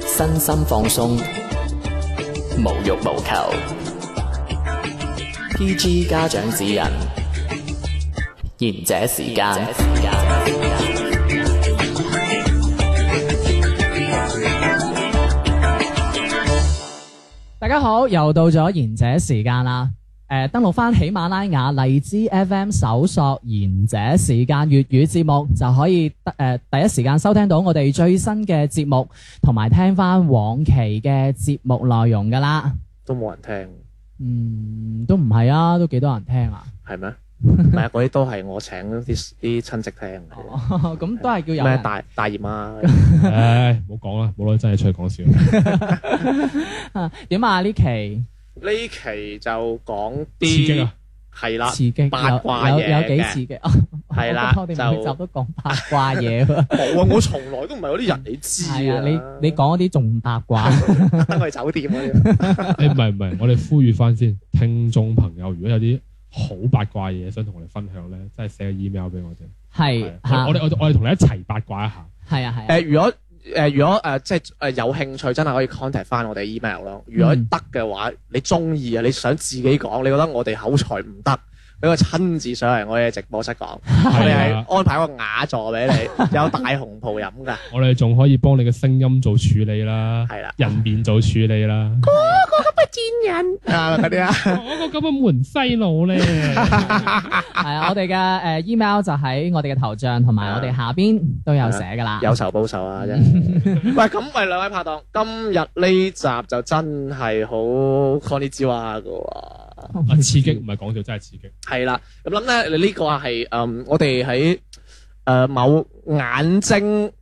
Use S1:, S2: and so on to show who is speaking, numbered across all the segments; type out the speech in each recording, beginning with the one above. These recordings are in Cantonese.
S1: 身心放鬆，無欲無求。PG 家長指引，賢者時間。
S2: 大家好，又到咗賢者時間啦。誒、登錄翻喜馬拉雅荔枝 FM 搜索賢者時間粵語節目，就可以得誒、第一時間收聽到我哋最新嘅節目，同埋聽翻往期嘅節目內容噶啦。
S3: 都冇人聽，
S2: 嗯，都唔係啊，都幾多人聽啊。
S3: 係咩？唔係啊，嗰啲都係我請啲啲親戚聽嘅啫，
S2: 哦， 咁都係叫有
S3: 咩
S2: 人
S3: 大大姨媽，
S4: 唉，唔好講啦，冇耐真係出去 講笑。
S2: 點啊？呢期
S3: 呢期就講
S4: 刺激
S3: 啲
S4: 啊
S3: 係啦，
S2: 刺激
S3: 八卦
S2: 有有
S3: 嘢
S2: 有幾
S3: 嘅
S2: 刺激 啊！
S3: 係啦
S2: 我覺得我哋每
S3: 就
S2: 集都講八卦嘢 喎。
S3: 冇啊！我從來都唔係嗰啲人，你知
S2: 係啊，你你講嗰啲仲八卦。
S3: 等我去酒店嗰 啲，
S4: 诶，唔係唔係，我哋呼籲翻先，聽眾朋友，如果有啲好八卦嘢想同我哋分享咧，真係寫個 email 俾我哋。
S2: 係
S4: 係啊
S2: 嚇
S4: 我我哋我哋我哋同你一齊八卦一下。
S2: 係啊係啊，
S3: 誒如果誒如果誒即係誒有興趣，真係可以 contact 翻我哋 email 咯。如果
S2: 嗯
S3: 得嘅話，你中意啊，你想自己講，你覺得我哋口才唔得，你可以親自上嚟我哋直播室講，我哋
S4: 係啊
S3: 係安排個雅座俾你，有大紅袍飲㗎，
S4: 我哋仲可以幫你嘅聲音做處理啦，
S3: 係啦。
S4: 人面做處理啦。
S3: 啊嗰啲啊，
S4: 我個咁嘅門西佬 咧，
S2: 係啊，我哋嘅誒 email 就喺我哋嘅頭像同埋我哋下邊都有寫㗎 啦。
S3: 有仇報仇啊！真 係喂，咁喂兩位拍檔，今日呢集就真係好 Conny 之話噶喎，
S4: 啊刺激唔係講笑，真係刺激。
S3: 係啦。咁諗咧，你呢個係嗯，我哋喺誒某眼睛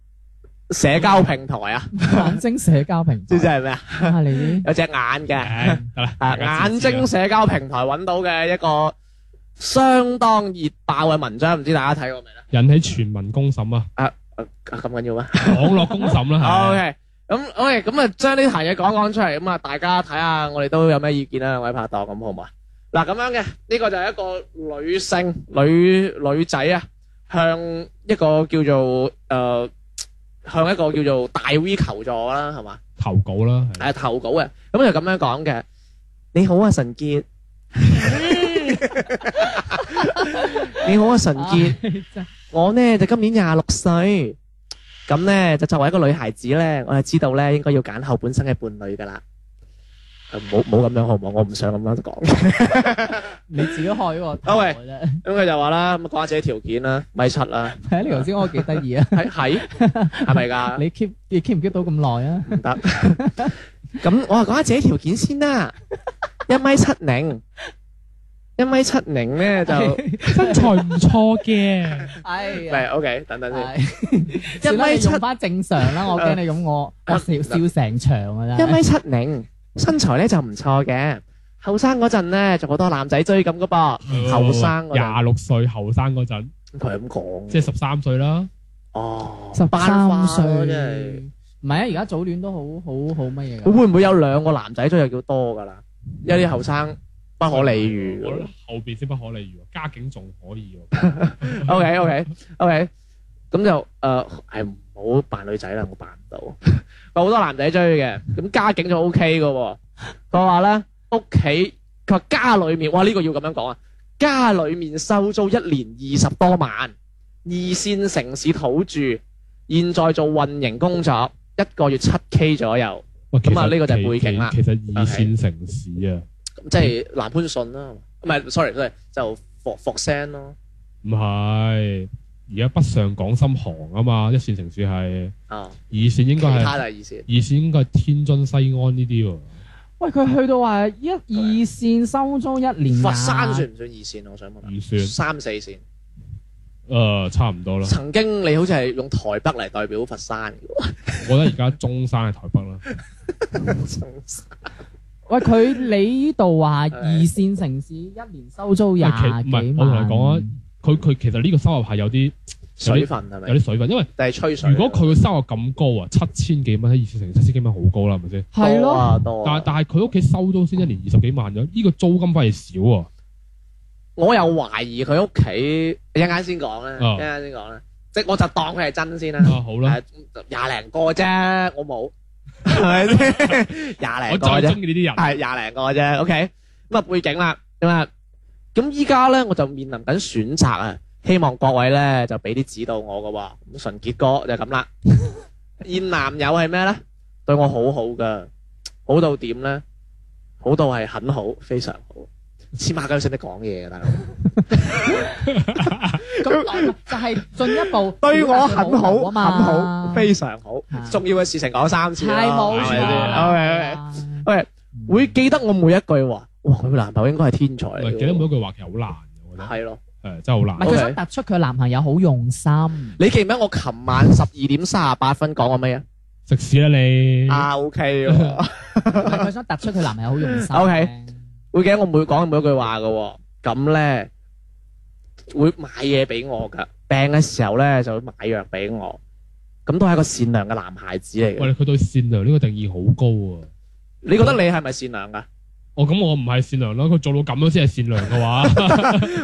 S3: 社交平台啊，
S2: 眼睛社交平
S3: 知唔知
S2: 台
S3: 係咩啊？
S2: 啊，你
S3: 有隻眼嘅
S4: 唉得啦，
S3: 啊，
S4: 大家
S3: 眼
S4: 知知啦
S3: 睛社交平台揾到嘅一個相當熱爆嘅文章，唔知大家睇過未咧？
S4: 引起全民公審 啊，
S3: 啊咁緊要咩？
S4: 網絡公審啦，
S3: O
S4: 係啊
S3: K，咁 O K，咁啊，將呢壇嘢講講出嚟，咁啊，大家睇下我哋都有咩意見啦，兩位拍檔，咁好唔好啊？嗱，咁樣嘅呢個就係一個女性女女仔啊，向一個叫做誒、呃向一個叫做大 V 求助啦，係嘛？
S4: 投稿啦，係啊
S3: 誒投稿嘅，咁就咁樣講嘅。你好啊，神傑。你好啊，神傑。
S2: 啲真
S3: 我呢就今年廿六歲，咁呢就作為一個女孩子呢，我就知道呢應該要揀後半生嘅伴侶噶啦。呃唔好唔好咁樣好唔好？我唔想咁樣講。
S2: 你自己開個
S3: 啊
S2: 頭
S3: 喂
S2: 嘅啫。
S3: 咁佢就話啦，咁講下自己條件啦，米七啦，
S2: 係啊，你頭先嗰個幾得意啊！
S3: 係係係咪㗎？
S2: 你 keep 你 keep 唔 keep 到咁耐啊？
S3: 唔得。咁我話講下自己條件先 啦，一米七零，一米七零 呢就
S4: 身材唔錯嘅，
S2: 哎呀！
S3: 喂 OK，等等先。
S2: 係算啦
S3: 一米
S2: 你
S3: 七
S2: 用翻正常啦，我驚你咁我我笑笑成場啊！
S3: 一
S2: 真係
S3: 米七零，身材咧就唔錯嘅。後生嗰陣咧，就好多男仔追咁噶噃。後生嗰陣
S4: 廿六歲後生嗰陣，
S3: 佢係咁講，
S4: 即係十三歲啦。
S3: 哦，
S2: 十
S3: 班花
S2: 三
S3: 咯
S2: 歲
S3: 真係。，
S2: 唔係啊！而家早戀都好好好乜嘢
S3: 佢
S2: 㗎？
S3: 會唔會有兩個男仔追就叫多噶啦？有啲後生不可理喻
S4: 我覺得後邊先不可理喻喎，家境仲可以喎。
S3: O K O K O K，咁就誒係唔好扮女仔啦，我扮唔到。 有好多男仔追嘅，咁家境就 O K 嘅喎。佢話咧屋企，佢話家裏面，哇呢、個要咁樣講啊，家裏面收租一年二十多萬，二線城市土著，現在做運營工作，一個月七 K 左右，
S4: 喂
S3: 咁啊
S4: 其實
S3: 呢個就係背景
S4: 其
S3: 啦
S4: 其實二線城市啊，
S3: 咁即係南潘信啦，唔係 sorry sorry 就霍霍聲咯。
S4: 唔係而家北上廣深航啊嘛，一線城市係
S3: 啊，
S4: 二線應
S3: 其
S4: 該係
S3: 他就係二線。
S4: 二線應該係天津、西安呢啲喎。
S2: 喂，佢去到話一二線收租一年啊，
S3: 佛山算唔算二線？我想問下。
S4: 唔算
S3: 三四線。
S4: 誒，呃差 唔多啦。
S3: 曾經你好似係用台北嚟代表佛山 嘅喎，
S4: 我覺得而家中山係台北啦，
S2: 喂，佢你呢度話
S3: 係
S2: 二線城市一年收租廿幾萬，
S4: 唔係我同你講啊佢佢其實呢個收入係有啲
S3: 水分係
S4: 有
S3: 咪？
S4: 啲水分，因為
S3: 定係吹水？
S4: 如果佢嘅收入咁高啊，七千幾蚊喺二線城市七千幾蚊好高啦，係咪先？
S2: 係
S3: 多
S2: 咯，
S3: 啊多
S4: 但
S3: 啊
S4: 係但係佢屋企收租先一年二十幾萬咗，呢、個租金費係少喎、
S3: 我又懷疑佢屋企一陣間先講啦，
S4: 哦
S3: 一陣間先講啦，即係我就當佢係真先啦。
S4: 啊好啦，
S3: 係廿零個啫， 我冇，係咪先？廿
S4: 我
S3: 零個
S4: 最
S3: 啫啊
S4: 中，意呢啲人，
S3: 係廿零個啫。OK，咁啊背景啦，咁啊，咁依家咧我就面臨緊選擇啊，希望各位咧就俾啲指導我噶喎。咁純潔哥就咁 啦，現男友係咩咧？對我好好噶，好到點咧？好到係很好，非常好。黐孖筋識得講嘢嘅大佬，
S2: 咁就係進一步
S3: 對我
S2: 表達
S3: 很
S2: 佢
S3: 好，
S2: 啊嘛
S3: 很好，非常好
S2: 啊。
S3: 重要嘅事情講三次
S2: 太冇啊
S4: 錯
S3: 係咪先
S4: 啦
S3: OK，OK
S2: 啦。
S4: 嗯
S3: 會記得我每一句話。哇！佢男朋友應該係天才
S4: 唔
S3: 嚟
S4: 係
S3: 嘅
S4: 記得每一
S3: 喎。
S4: 句話其實好難嘅，我覺得
S3: 係咯，
S4: 誒真係好
S2: 唔
S4: 難
S2: 係。佢想突出佢男朋友好用 心，
S3: 你記唔記得我琴晚十二點三十八分講過咩啊
S4: 食屎啦你
S3: 嘢？！啊，OK 喎，
S2: 唔係佢想突出佢男朋友好用心。
S3: OK 會記得我每講每一句話嘅喎。咁咧會買嘢俾我㗎，病嘅時候咧就會買藥俾我。咁都係一個善良嘅男孩子嚟嘅。
S4: 喂，佢對善良呢個定義好高啊！
S3: 你覺得你係咪善良㗎？
S4: 哦，咁我唔係善良啦，佢做到咁樣先係善良 嘅話，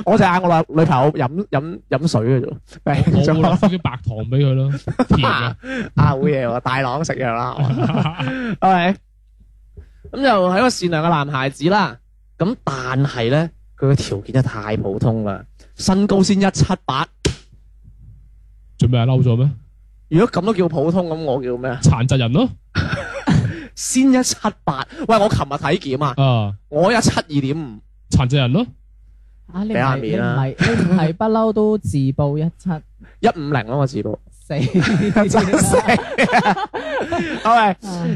S3: 我就嗌我女女朋友飲飲飲水嘅啫喎，病
S4: 我會落
S3: 咗
S4: 少少白糖俾佢咯，甜嘅。
S3: 啊好嘢喎，大郎食藥啦，係咪？咁就係一個善良嘅男孩子啦。咁但係咧，佢嘅條件真係太普通啦，身高先一七八。
S4: 做咩啊？嬲咗咩？
S3: 如果咁都叫普通，咁我叫咩啊？
S4: 殘疾人咯，
S3: 先一七八，喂！我琴日體檢啊，
S4: 啊，
S3: 我一七二點五，
S4: 殘疾人咯，
S2: 啊，你唔
S3: 俾下
S2: 係你
S3: 面
S2: 唔
S3: 啦
S2: 係你唔係不嬲都自報一七
S3: 一五零啊咯，我自 報。
S2: 四，
S3: 真死，係
S2: 啊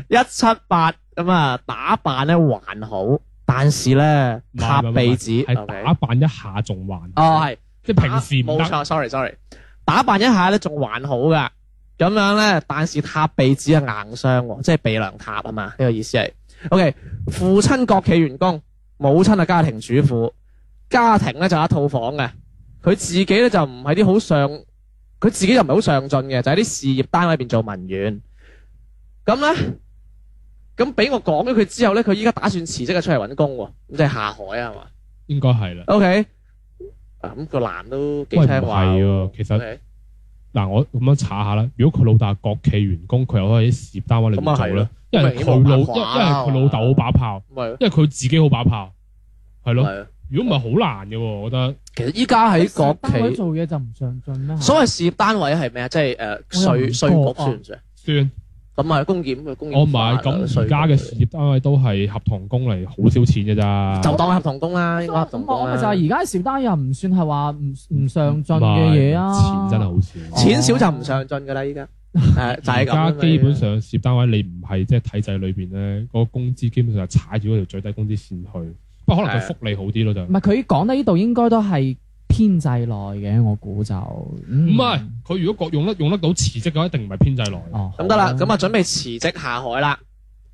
S3: 一七八咁啊，打扮咧還好，但是咧
S4: 唔係
S3: 塌
S4: 唔係唔係
S3: 鼻子
S4: 係
S3: OK
S4: 打扮一下仲還，
S3: 哦，係
S4: 即係平時
S3: 冇
S4: 唔得，
S3: 錯，sorry sorry，打扮一下咧仲還好噶，咁樣咧，但是塌鼻子係硬傷喎，即係鼻梁塌啊嘛，呢、個意思係。OK，父親國企員工，母親係啊家庭主婦，家庭咧就有一套房嘅，佢自己咧就唔係啲好上，佢自己就唔係好上進嘅，就喺啲事業單位入邊做文員。咁咧，咁俾我講咗佢之後咧，佢依家打算辭職啊，出嚟揾工喎，咁即係下海啊係嘛
S4: 應該係啦。
S3: ？OK，啊咁、個男都幾
S4: 喂，唔
S3: 聽話喎
S4: 係。喎，其實
S3: OK，
S4: 嗱，我咁樣查下啦。如果佢老豆係國企員工，佢又可以喺事業單位裏面
S3: 咁啊
S4: 做
S3: 係
S4: 啦
S3: 咯，
S4: 因為佢老，因
S3: 明
S4: 因
S3: 顯冇辦法啦
S4: 為佢老豆好把炮，
S3: 咪係咯
S4: 因為佢自己好把炮，係咯。
S3: 係啊。
S4: 如果唔係好難嘅喎，我覺得。
S3: 其實依家喺國
S2: 單位
S3: 企，
S2: 做嘢就唔上進咩？
S3: 所謂事業單位係咩啊？即係誒
S2: 我又唔
S3: 税税
S2: 覺
S3: 局
S2: 啊
S3: 算唔算？
S4: 算，
S3: 咁啊，公檢公
S4: 我唔
S3: 檢法
S4: 係
S3: 啦
S4: 咁
S3: 稅
S4: 而
S3: 局
S4: 家嘅事業單位都係合同工嚟，好少錢嘅咋。
S3: 就當合同工啦，應該合
S2: 咁
S3: 同
S2: 我
S3: 工
S2: 我咪
S3: 啦。
S2: 就係而家小單又唔算係話唔唔上進嘅嘢啊，
S4: 唔係錢真係好少。
S3: 錢少就唔上進㗎啦，依家誒就
S4: 而
S3: 係咁
S4: 家
S3: 啦。
S4: 基本上事業單位你唔係即係體制裏邊咧，個工資基本上係踩住嗰條最低工資線去。不過可能佢
S3: 係
S4: 福利好啲咯就。
S2: 唔係佢講得呢度應該都係編制內嘅，我估就
S4: 唔
S2: 唔
S4: 係佢如果國用得用得到辭職嘅話，一定唔係編制內。
S2: 哦，
S3: 咁得啦，
S2: 好
S3: 咁啊準備辭職下海啦。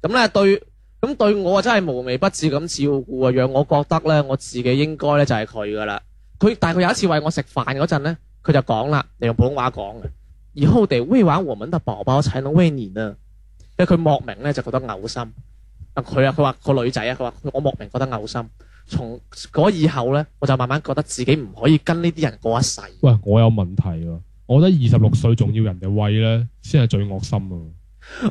S3: 咁咧對，咁對我啊真係無微不至咁照顧啊，讓我覺得咧我自己應該咧就係佢噶啦。佢但係佢有一次喂我食飯嗰陣咧，佢就講啦，你用普通話講嘅，以後得餵完我們的寶寶才能餵你啊。因為佢莫名咧就覺得嘔心。啊佢啊，佢話個女仔啊，佢話我莫名覺得嘔心。從嗰以後咧，我就慢慢覺得自己唔可以跟呢啲人過一世。
S4: 喂，我有問題喎，我覺得二十六歲仲要人哋喂咧，先係最惡心啊！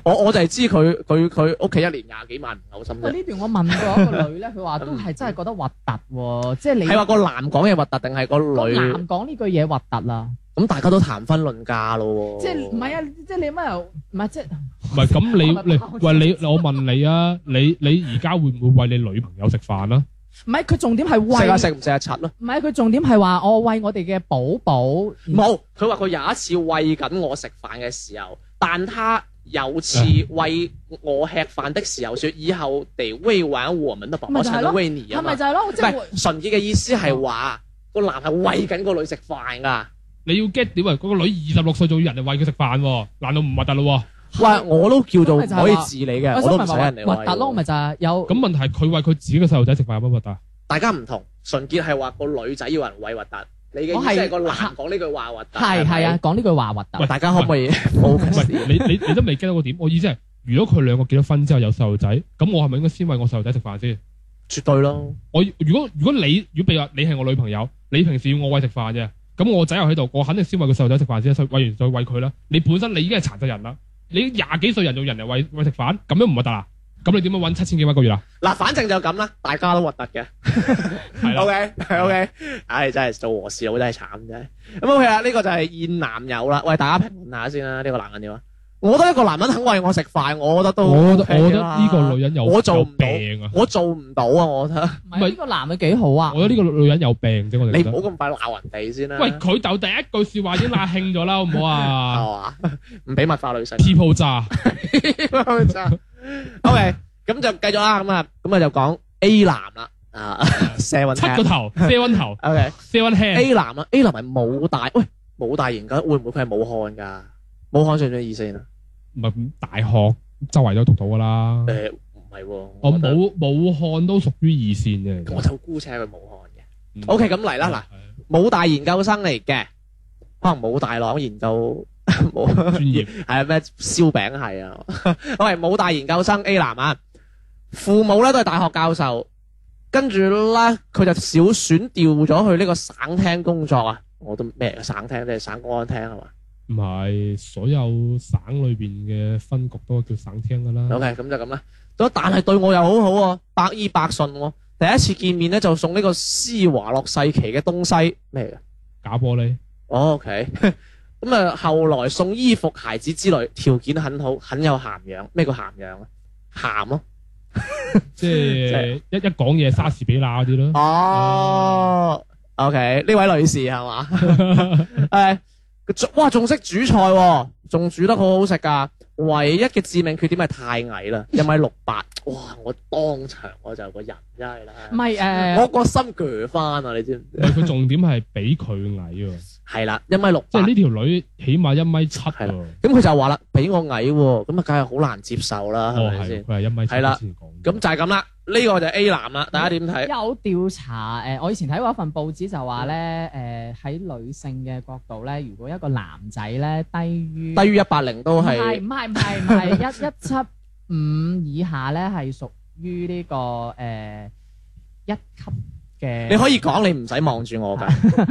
S3: 我我就係知佢佢佢屋企一年廿幾萬唔嘔心啫
S2: 喂。呢邊我問過一個女咧，佢話都係真係覺得核突喎，即係你
S3: 係話個男講嘢核突定係個
S2: 個
S3: 女？
S2: 男講呢句嘢核突啦，
S3: 咁大家都談婚論嫁咯喎。
S2: 即係唔係啊？即係你乜又唔係即係
S4: 唔係咁你你喂你我問你啊，你你而家會唔會喂你女朋友食飯啊？
S2: 唔係佢重點係
S3: 食啊
S2: 喂，
S3: 食唔食啊柒咯？
S2: 唔係佢重點係話我喂我哋嘅寶寶，
S3: 冇，佢話佢有一次喂緊我食飯嘅時候，但他有次
S2: 嗯
S3: 喂我吃飯的時候說，以後得喂完我們的寶寶
S2: 咪就係
S3: 才
S2: 咯
S3: 能喂你
S2: 係
S3: 啊嘛。
S2: 咪
S3: 唔
S2: 就係咯？即係喂
S3: 係純潔嘅意思係話個男係喂緊個女食飯㗎。
S4: 你要 get 點啊？嗰個女二十六歲仲要人哋喂佢食飯喎，難道唔核突咯喎？
S3: 喂，我都叫做
S2: 咁咪就係話
S3: 可以治理嘅，
S2: 我
S3: 我都
S2: 想問
S3: 唔使
S2: 話
S3: 人哋
S2: 核突咯，我
S3: 喂
S2: 咪。就係有
S4: 咁問題係佢喂佢自己嘅細路仔食飯有乜核突啊？
S3: 大家唔同，純潔係話個女仔要人喂核突，你嘅
S2: 我
S3: 意
S2: 哦係
S3: 思係個男講呢句話核突。
S2: 係係啊
S3: 咪，，
S2: 講呢句話核突
S4: 喂。
S3: 大家可唔可以 focus 啲
S4: 喂，你你你都未 get 到個點？我意思係，如果佢兩個結咗婚之後有細路仔，咁我係咪應該先喂我細路仔食飯先？
S3: 絕對咯。
S4: 我如果如果你如果譬如話你係我女朋友，你平時要我喂食飯啫，咁我仔又喺度，我肯定先喂個細路仔食飯先，喂完再喂佢啦。你本身你已經係殘疾人啦，你廿幾歲人用人嚟喂喂食飯，咁樣唔核突啦？咁你點樣揾七千幾蚊一個月啊？
S3: 嗱，反正就咁啦，大家都核突嘅。
S4: 係
S3: O
S4: 啦，
S3: K O K，唉，真係做和事佬真係慘啫。咁 O K 啦，呢個就係現男友啦。喂，大家評論下先啦，呢個男人點啊？我覺得一個男人肯餵我食飯，我覺得哦都
S4: 我覺得
S3: OK 啦
S4: 我覺得呢個女人有
S3: 我做
S4: 有
S3: 唔到
S4: 病啊！
S3: 我做唔到啊！我覺得
S2: 唔係呢個男嘅幾好啊！
S4: 我覺得呢個女人有病啫，我哋
S3: 你
S4: 覺
S3: 唔
S4: 得。
S3: 好咁快鬧人哋先 啦。
S4: 喂，佢就第一句説話已經拉興咗 啦，好唔好啊？
S3: 係嘛？唔俾物化女性。
S4: 鐵鋪炸，
S3: O K，咁就繼續啦。咁啊，咁啊就講 A 男啦。 啊，社運
S4: 七個 頭，seven 頭
S3: O K。
S4: ，seven hand，
S3: A 男啊，A 男係武大，喂，武大研究會唔會佢係武漢㗎？武漢算唔算二四啊？
S4: 唔係大學周圍都讀到噶啦。
S3: 誒，呃唔係喎，
S4: 我
S3: 覺得
S4: 武武漢都屬於二線嘅其
S3: 我
S4: 實。
S3: 就姑且佢武漢嘅。
S4: 嗯
S3: O K，咁嚟啦，
S4: 係啊
S3: 嗱，武大研究生嚟嘅，可能武大郎研究武
S4: 專 業
S3: 係啊咩燒餅係啊？我係武大研究生 A 男啊，父母咧都係大學教授，跟住咧佢就小選調咗去呢個省廳工作啊。我都咩省廳即係省公安廳係嘛？
S4: 唔係所有省裏邊嘅分局都叫省廳噶啦。
S3: OK，咁就咁啦。咁但係對我又好好、啊喎，百依百順、喎。第一次見面咧就送呢個施華洛世奇嘅東西咩嘅、
S4: 假玻璃，
S3: 哦、？OK，咁 啊後來送衣服、鞋子之類，條件很好，很有涵養。咩叫涵養啊？鹹咯、
S4: 即係一一講嘢莎士比亞嗰啲咯。
S3: 哦，OK，呢位女士係 嘛？誒，佢仲哇仲識煮菜喎、仲煮得好好食㗎。唯一嘅致命缺點係太矮啦，一米六八。哇！我當場我就個人真係啦。
S2: 唔係啊誒
S3: 我個心鋸翻啊！你知唔知？
S4: 唔係佢重點係比佢矮
S3: 啊
S4: 喎，
S3: 係啦，一米六
S4: 即
S3: 八
S4: 係，呢條女起碼一米七
S3: 係
S4: 喎。
S3: 咁佢就話啦，比我矮喎，咁啊，梗係好難接受啦，啊係
S4: 哦，
S3: 咪
S4: 係
S3: 先？
S4: 佢係一米七
S3: 係啦
S4: 先講。
S3: 咁就係咁啦，呢個就係 A 男啦，大家點睇？
S2: 有調查誒，我以前睇過一份報紙就話咧誒，喺女性嘅角度咧，如果一個男仔咧低於
S3: 低於一八零都
S2: 唔係
S3: 係
S2: 唔係唔係唔係一 一七五以下咧，係屬於呢個誒一級嘅，
S3: 你可以講，你唔使望住我㗎，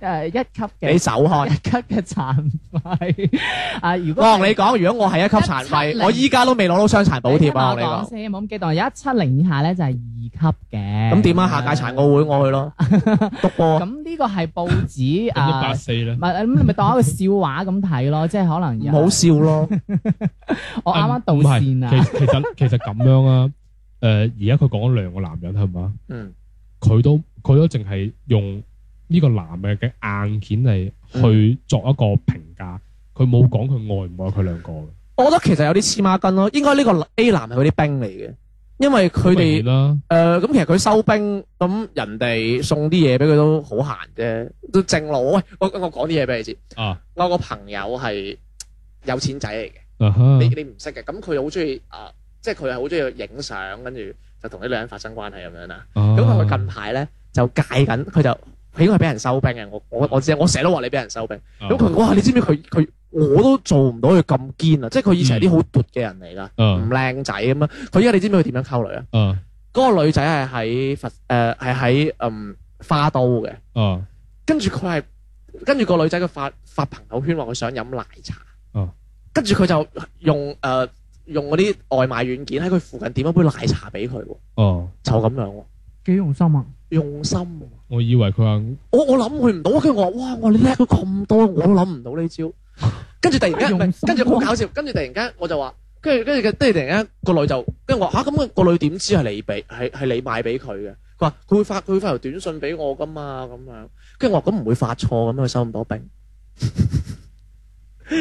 S2: 呃誒一級
S3: 你
S2: 嘅
S3: 走 開
S2: 一。級嘅殘廢啊！如
S3: 我
S2: 果
S3: 同你講，如果我係一級殘廢，
S2: 170
S3: 我依家都未攞到傷殘補貼啊！我
S2: 你聽
S3: 同你
S2: 我講
S3: 講，
S2: 先，冇咁激動。有一七零以下咧就係二級嘅。
S3: 咁點啊？下屆殘奧會我去咯，督波啊
S2: 咁呢個係報紙
S4: 咁一八
S2: 啊，
S4: 四咧
S2: 唔，係咁你咪當一個笑話咁睇咯，即係可能
S3: 唔
S2: 有
S3: 好笑咯。
S2: 我啱啱導
S4: 嗯唔
S2: 線
S4: 係
S2: 啊，
S4: 其其實其實咁樣啊，誒而家佢講咗兩個男人係嘛？
S3: 嗯，
S4: 佢都佢都淨係用呢個男嘅嘅硬件嚟
S3: 嗯
S4: 去作一個評價，佢冇講佢愛唔愛佢兩個嘅。
S3: 我覺得其實有啲黐孖筋咯，應該呢個 A 男係佢啲兵嚟嘅，因為佢哋
S4: 好明顯。啦，
S3: 誒呃咁、其實佢收兵，咁人哋送啲嘢俾佢都好閒啫，都正路。啊喂，我我講啲嘢俾你知，
S4: 啊
S3: 我有個朋友係有錢仔嚟嘅，
S4: 啊哈
S3: 你你唔識嘅，咁佢好中意啊，即係佢係好中意影相，跟住就同啲女人發生關係咁樣啦。
S4: 哦啊
S3: 咁佢近排咧就戒緊，佢就佢應該係俾人收兵嘅。我我我知，我成日都話你俾人收兵。
S4: 啊哦
S3: 咁佢哇，你知唔知佢佢我都做唔到佢咁堅啊！即係佢以前係啲好奪嘅人嚟噶，唔
S4: 啊
S3: 靚仔咁樣。佢依家你知唔知佢點樣溝女啊？
S4: 啊啊
S3: 嗰個女仔係喺佛誒係喺嗯花都嘅，
S4: 啊
S3: 跟住佢係跟住個女仔佢發發朋友圈話佢想飲奶茶，
S4: 哦
S3: 跟住佢就用誒、呃用嗰啲外賣軟件喺佢附近點一杯奶茶俾佢喎，
S4: 哦！
S3: 就咁樣喎，
S2: 幾用心啊！
S3: 用心喎。
S4: 我以為佢話
S3: 我我諗佢唔到，跟住我話哇，我話你叻咗咁多，我都諗唔到呢招。跟住突然 間，
S2: 用
S3: 唔係
S2: 心
S3: 跟住好
S2: 喎
S3: 搞笑，跟住突然間我就話，跟住跟住跟住突然間個女就跟住我話吓，咁、個女點知係你俾係係你買俾佢嘅？佢話佢會發佢會發條短信俾我噶嘛咁樣，跟住我話咁唔會發錯咁樣佢收咁多兵。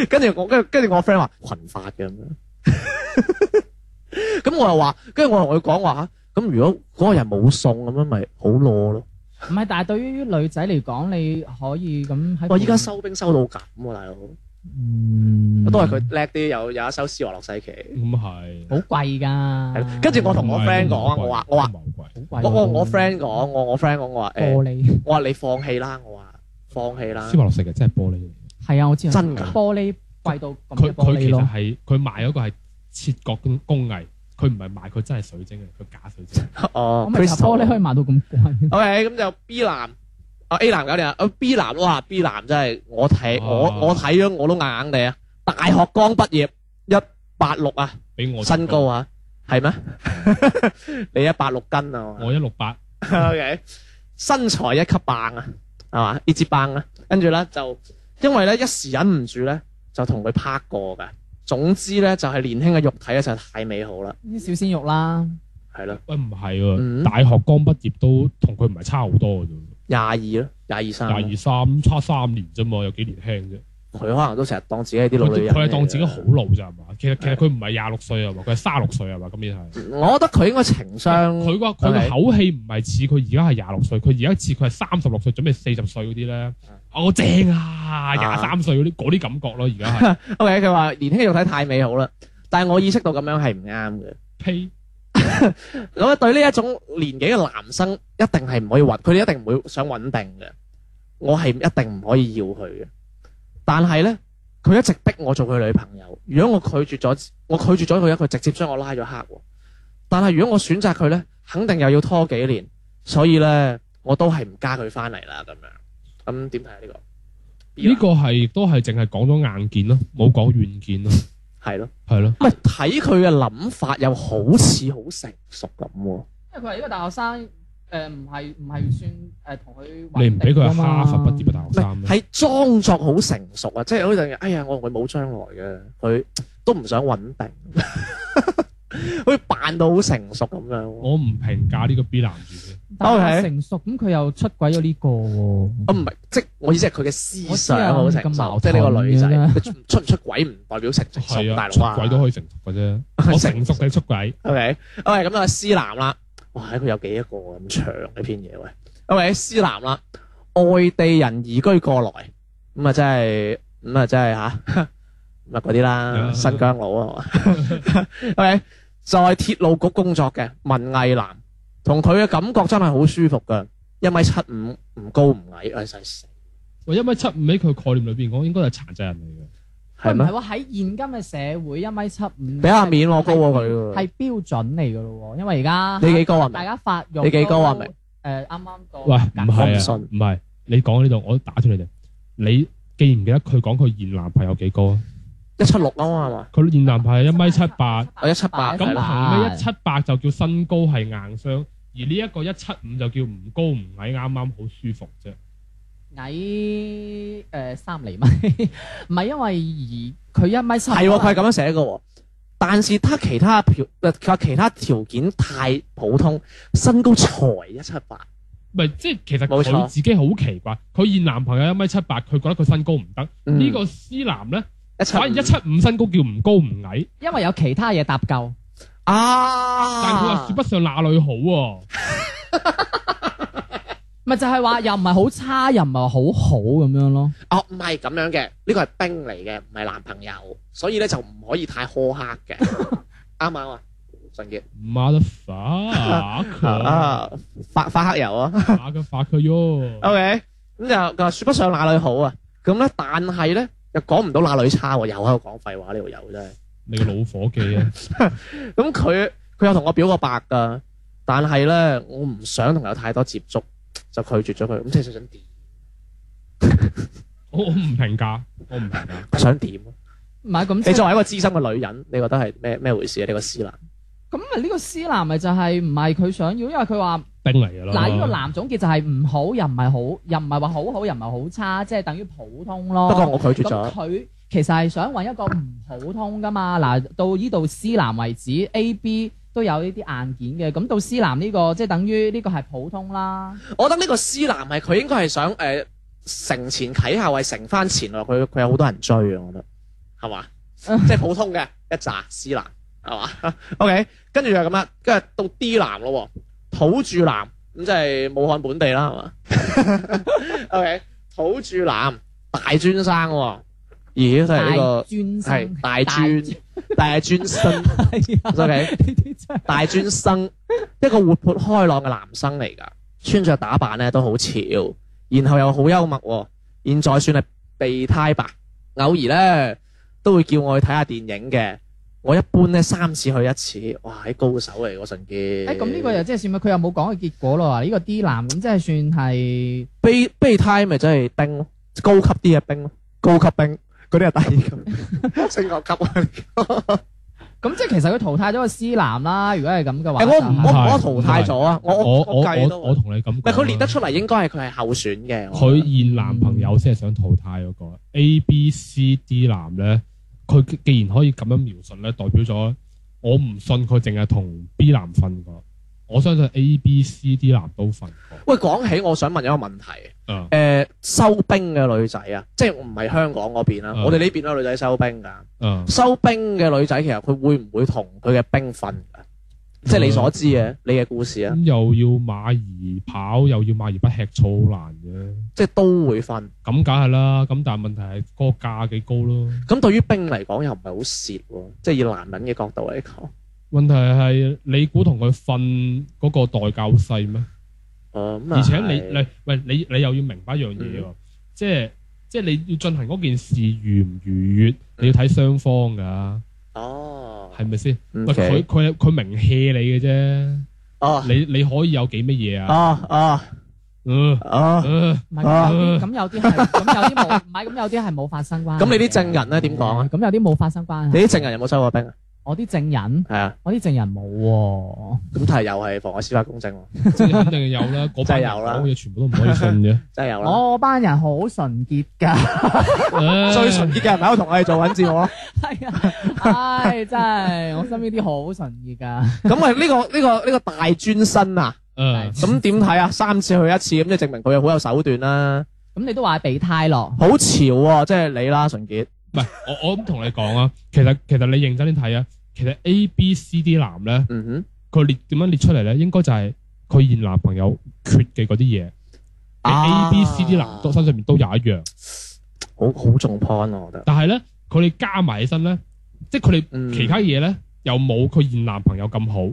S3: 跟住我跟住跟住我 friend 話群發嘅咁樣， 咁我又話，跟住我同佢講話吓，咁如果嗰個人冇送咁樣，咪好攞咯。
S2: 唔係，但係對於女仔嚟講，你可以咁喺
S3: 我依家收兵收到咁喎、大佬。
S2: 嗯
S3: 都係佢叻啲，有有一首《斯華洛世奇》
S4: 咁係
S2: 好貴
S3: 係啦。
S2: 㗎。
S3: 跟住我同我 friend 講啊，我話我話
S4: 好貴
S2: 好貴
S3: 我我我 friend 講，我我 friend 講我話誒，
S2: 玻璃
S3: 我話你放棄啦，我話放棄啦
S4: 斯。華洛世奇真係玻璃嚟嘅，
S2: 係啊，我知啊
S3: 真㗎
S2: 玻璃貴到咁
S4: 佢
S2: 嘅玻
S4: 佢
S2: 璃
S4: 其
S2: 咯
S4: 實。係佢賣嗰個係切割工工藝，佢唔係賣佢真係水晶嘅，佢假水晶。
S3: 哦
S2: 我咪就係玻璃可以
S3: ，Crystal。
S2: 賣到咁貴。
S3: OK，咁就 B 男啊 A 男搞掂啊啊，B 男哇 B 男真係我睇我
S4: 哇
S3: 我睇咗我都硬硬地啊！大學剛畢業一八六啊，
S4: 俾我
S3: 身高，啊， 係咩？你一八六斤啊
S4: 我一六八，
S3: 我，OK，身材一級棒啊，係嘛？呢支棒啊，跟住咧就因為咧一時忍唔住咧，就同佢拍過㗎。總之咧就係年輕嘅肉體咧就係太美好啦，
S2: 啲小鮮肉啦，
S3: 係咯，
S4: 喂唔係
S3: 嗯
S4: 喎，大學剛畢業都同佢唔係差好多嘅啫，
S3: 廿二咯，廿二三，
S4: 廿二三差三年啫嘛，有幾年輕啫。
S3: 佢可能都成日當自己係啲老女
S4: 佢
S3: 人嚟㗎，
S4: 佢係當自己好老咋係嘛？其實其實佢唔係廿六歲啊嘛，佢係三六歲係嘛？咁樣係。
S3: 我覺得佢應該情商，
S4: 佢個佢個
S3: 嗯 OK
S4: 口氣唔係似佢而家係廿六歲，佢而家似佢係三十六歲準備四十歲嗰啲咧。我正啊，廿三歲嗰啲嗰啲感覺咯，而 家係
S3: OK，佢話年輕嘅肉體太美好啦，但係我意識到咁樣係唔啱嘅。
S4: 呸！
S3: 咁咧對呢一種年紀嘅男生，一定係唔可以穩，佢哋一定唔會想穩定嘅。我係一定唔可以要佢嘅。但係咧，佢一直逼我做佢女朋友。如果我拒絕咗，我拒絕咗佢咧，佢直接將我拉咗黑喎。但係如果我選擇佢咧，肯定又要拖幾年。所以咧，我都係唔加佢翻嚟啦。咁樣咁點睇啊呢個？
S4: 呢個係都係淨係講咗硬件咯，冇講軟件咯，
S3: 係咯。
S4: 係咯。
S3: 唔係睇佢嘅諗法又好似好成熟咁喎，
S2: 因為佢係一個大學生，誒唔係唔係算誒同佢
S4: 你唔俾佢係哈佛畢業嘅大學
S3: 啊唔
S4: 生
S3: 係
S4: 咩？
S3: 係裝作好成熟啊！即係好似哎呀，我同佢冇將來嘅，佢都唔想穩定， 佢扮到好成熟咁樣喎。
S4: 我唔評價呢個 B 男住先。
S2: 但係
S3: OK
S2: 成熟，咁佢又出軌咗呢個喎。
S3: 我唔係，即係我意思係佢嘅思想好
S2: 我知
S3: 成
S2: 啊咁
S3: 熟，
S2: 矛
S3: 即
S2: 盾
S3: 係呢個女仔，
S2: 嘅
S3: 佢出唔出軌唔代表成唔成
S4: 係
S3: 熟，
S4: 啊，
S3: 大
S4: 出
S3: 佬啊。
S4: 軌都可以成熟嘅 啫。我成熟你出軌，
S3: OK，喂，咁啊思男啦，哇，佢有幾多個咁長呢篇嘢喂，OK，思男啦，外地人移居過來，咁啊真係，咁啊真 係吓，咁啊嗰啲啦，
S2: 嗯
S4: 啊
S3: 新疆佬啊 係嘛，OK，在鐵路局工作嘅文藝男，同佢嘅感覺真係好舒服噶，一米七五，唔高唔矮，唉，真係死，
S4: 我一米七五喺佢概念裏邊講應該係殘疾人嚟嘅。
S2: 喂
S3: 係
S2: 唔
S3: 咩
S2: 係？喎，喺現今嘅社會一米七五，
S3: 俾下面我高過佢喎，
S2: 係標準嚟噶咯喎，因為而家
S3: 你幾高啊？
S2: 大
S3: 明
S2: 家發育
S3: 你幾高啊明
S2: 誒啱啱到
S4: 喂，唔
S3: 我唔
S4: 係
S3: 信
S4: 啊，唔係你講呢度，我打斷你哋。你記唔記得佢講佢現男朋友幾高啊？
S3: 一七六啊嘛係嘛，
S4: 佢現男朋友一米七 八，
S3: 我哦一七八，
S4: 咁
S3: 係啦
S4: 行咩一七八就叫身高係硬傷，而呢一個一七五就叫唔高唔矮，啱啱好舒服啫。
S2: 矮誒呃三厘米， 唔係因為而佢一米七，
S3: 係喎，佢係咁樣寫嘅喎。但是他其他條誒佢其他條件太普通，身高才一七八，
S4: 咪即係其實
S3: 冇錯
S4: 佢自己好奇怪，佢現男朋友一米七八，佢覺得佢身高唔得。
S3: 嗯
S4: 呢個 C 男咧，
S3: 一七
S4: 反而一七五身高叫唔高唔矮，
S2: 因為有其他嘢搭救，
S3: 啊！
S4: 但佢話說不上哪裏好喎。
S2: 咪就係話又唔係好差，又唔係話好好咁樣咯。
S3: 哦，唔係咁樣嘅，呢個係兵嚟嘅，唔係男朋友，所以咧就唔可以太苛刻 嘅，啱唔啱啊？純潔
S4: Motherfucker，
S3: 啊，發發黑油啊！
S4: 打佢發佢喲。
S3: OK，咁就佢話說不上哪裏好啊，咁咧但係咧又講唔到哪裏差喎，又喺度講廢話呢度有真係。
S4: 你個老伙計啊！
S3: 咁佢佢有同我表過白噶，但係咧我唔想同佢有太多接觸，就拒絕咗佢。咁即係想點？
S4: 我我唔評價，我唔評價。
S3: 啊想點？
S2: 唔係哦咁，
S3: 你作為一個資深嘅女人，你覺得係咩咩回事啊？你個思男
S2: 咁咪呢個 C 男咪就係唔係佢想要，因為佢話
S4: 冰嚟嘅咯。
S2: 嗱呢個男總結就係唔好，又唔係好，又唔係話好好，又唔係好差，即係等於普通咯。
S3: 不過我拒絕
S2: 咁
S3: 咗。
S2: 佢其實係想揾一個唔普通噶嘛。嗱，到呢度 C 男為止，A、B 都有呢啲硬件嘅。咁到 C 男呢、個，即係等於呢個係普通啦。
S3: 我覺得呢個思男係佢應該係想誒、呃承前啟後，係承翻前咯。佢佢有好多人追啊，我覺得係 嘛？即係普通嘅一紮思男係嘛 ？OK，跟住就咁啦，跟住到 D 男咯喎，土著男咁即係武漢本地啦，係嘛 ？OK，土著男大專生喎，咦都係呢個
S2: 專生
S3: 係大專大專生
S2: 係啊，
S3: ，OK。
S2: 呢啲真係
S3: 大專生，一個活潑開朗嘅男生嚟㗎，穿着打扮咧都好潮，然後又好幽默、喎。現在算係備胎吧，偶爾咧都會叫我去睇下電影嘅，我一般咧三次去一次，哇！啲高手嚟嗰陣嘅。
S2: 哎誒，咁呢個又即係算咪？佢又冇講嘅結果咯。呢個 D 男咁，即係算係
S3: 備備胎咪真係冰咯，高級啲嘅冰咯，高級冰嗰啲係低級，升學級啊！
S2: 咁，即係其實佢淘汰咗個 C 男啦。如果係咁嘅話，
S3: 誒我唔
S2: 就係
S3: 我我淘汰咗啊！我
S4: 我
S3: 我
S4: 我
S3: 計
S4: 我
S3: 都
S4: 我
S3: 唔
S4: 同你咁講
S3: 係
S4: 啦，
S3: 佢列得出嚟，應該係佢係候選嘅。我
S4: 佢現男朋友先係想淘汰嗰、個 A、B、C、D 男咧，佢既然可以咁樣描述咧，代表咗我唔信佢淨係同 B 男瞓過，我相信 A、B、C、D 男都瞓過。
S3: 喂講起，我想問一個問題。
S4: 啊
S3: 誒收兵嘅女仔啊，即係唔係香港嗰邊啦，啊
S4: 嗯
S3: 我哋呢邊都有女仔收兵㗎。
S4: 啊，
S3: 收兵嘅女仔其實佢會唔會同佢嘅兵瞓㗎？即係你所知
S4: 嗯
S3: 嘅，你嘅故事啊，
S4: 咁又要馬兒跑，又要馬兒不吃草，好難嘅。
S3: 即係都會瞓。
S4: 咁梗係啦，咁但係問題係嗰個價幾高咯。
S3: 咁對於兵嚟講又唔係好蝕喎，即係以男人嘅角度嚟講，
S4: 問題係你估同佢瞓嗰個代價好細咩？
S3: 哦咁啊嗯
S4: 而且你你喂你你又要明白一樣嘢喎，即係即係你要進行嗰件事愉唔愉悅，
S3: 嗯
S4: 你要睇雙方㗎，
S3: 哦
S4: 係咪先？喂，
S3: ，OK
S4: 佢佢佢明 hea 你嘅啫，
S3: 哦
S4: 你你可以有幾乜嘢啊？
S3: 哦哦
S4: 呃
S3: 哦，
S4: 呃
S2: 唔係咁有啲咁有啲係咁有啲冇，唔係咁有啲係冇發生關係嘅。
S3: 咁你啲證人咧點講啊？
S2: 咁有啲冇發生關係。
S3: 你啲證人有冇收過兵啊？
S2: 我啲證人，
S3: 係
S4: 嗯
S3: 啊，
S2: 我啲證人冇喎。
S3: 咁睇嚟又係妨礙司法公正喎，
S4: 即係肯定有啦，嗰
S3: 真係
S4: 班人
S3: 有啦
S4: 講嘢全部都唔可以信嘅。
S3: 真係有
S4: 哦
S3: 啦。
S2: 我班人好純潔㗎，
S4: 唉
S3: 最純潔嘅人咪喺度同我哋做緊自我咯。
S2: 係啊，唉，真係我身邊啲好純潔㗎。
S3: 咁喂，呢個呢個呢個大專生啊，
S4: 呃
S3: 咁點睇啊？三次去一次，咁即係證明佢好有手段啦，
S2: 咁你都話係備胎咯，
S3: 好潮喎，即係你啦，純潔。
S4: 唔係我我咁同你講啊，其實其實你認真啲睇啊，其實 A、B、C、D 男咧。
S3: 嗯哼。
S4: 佢列點樣列出嚟咧？應該就係佢現男朋友缺嘅嗰啲嘢。
S3: 啊
S4: A、B、C、D 男都身上面都有一樣，
S3: 好好中 point 啊我覺得。
S4: 但係咧佢哋加埋起身咧，即係佢
S3: 嗯
S4: 哋其他嘢咧又冇佢現男朋友咁好，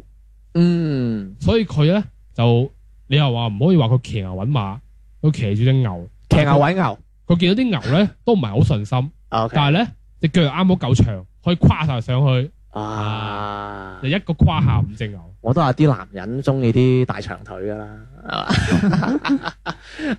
S3: 嗯，
S4: 所以佢咧就你又話唔可以話佢騎牛揾馬，佢騎住只牛，
S3: 騎牛揾牛。
S4: 佢見到啲牛咧都唔係好順心，
S3: 啊，OK
S4: 但係咧只腳又啱好夠長，可以跨晒上去，
S3: 啊
S4: 就，一個跨下五隻牛。
S3: 我都話啲男人中意啲大長腿噶啦，係嘛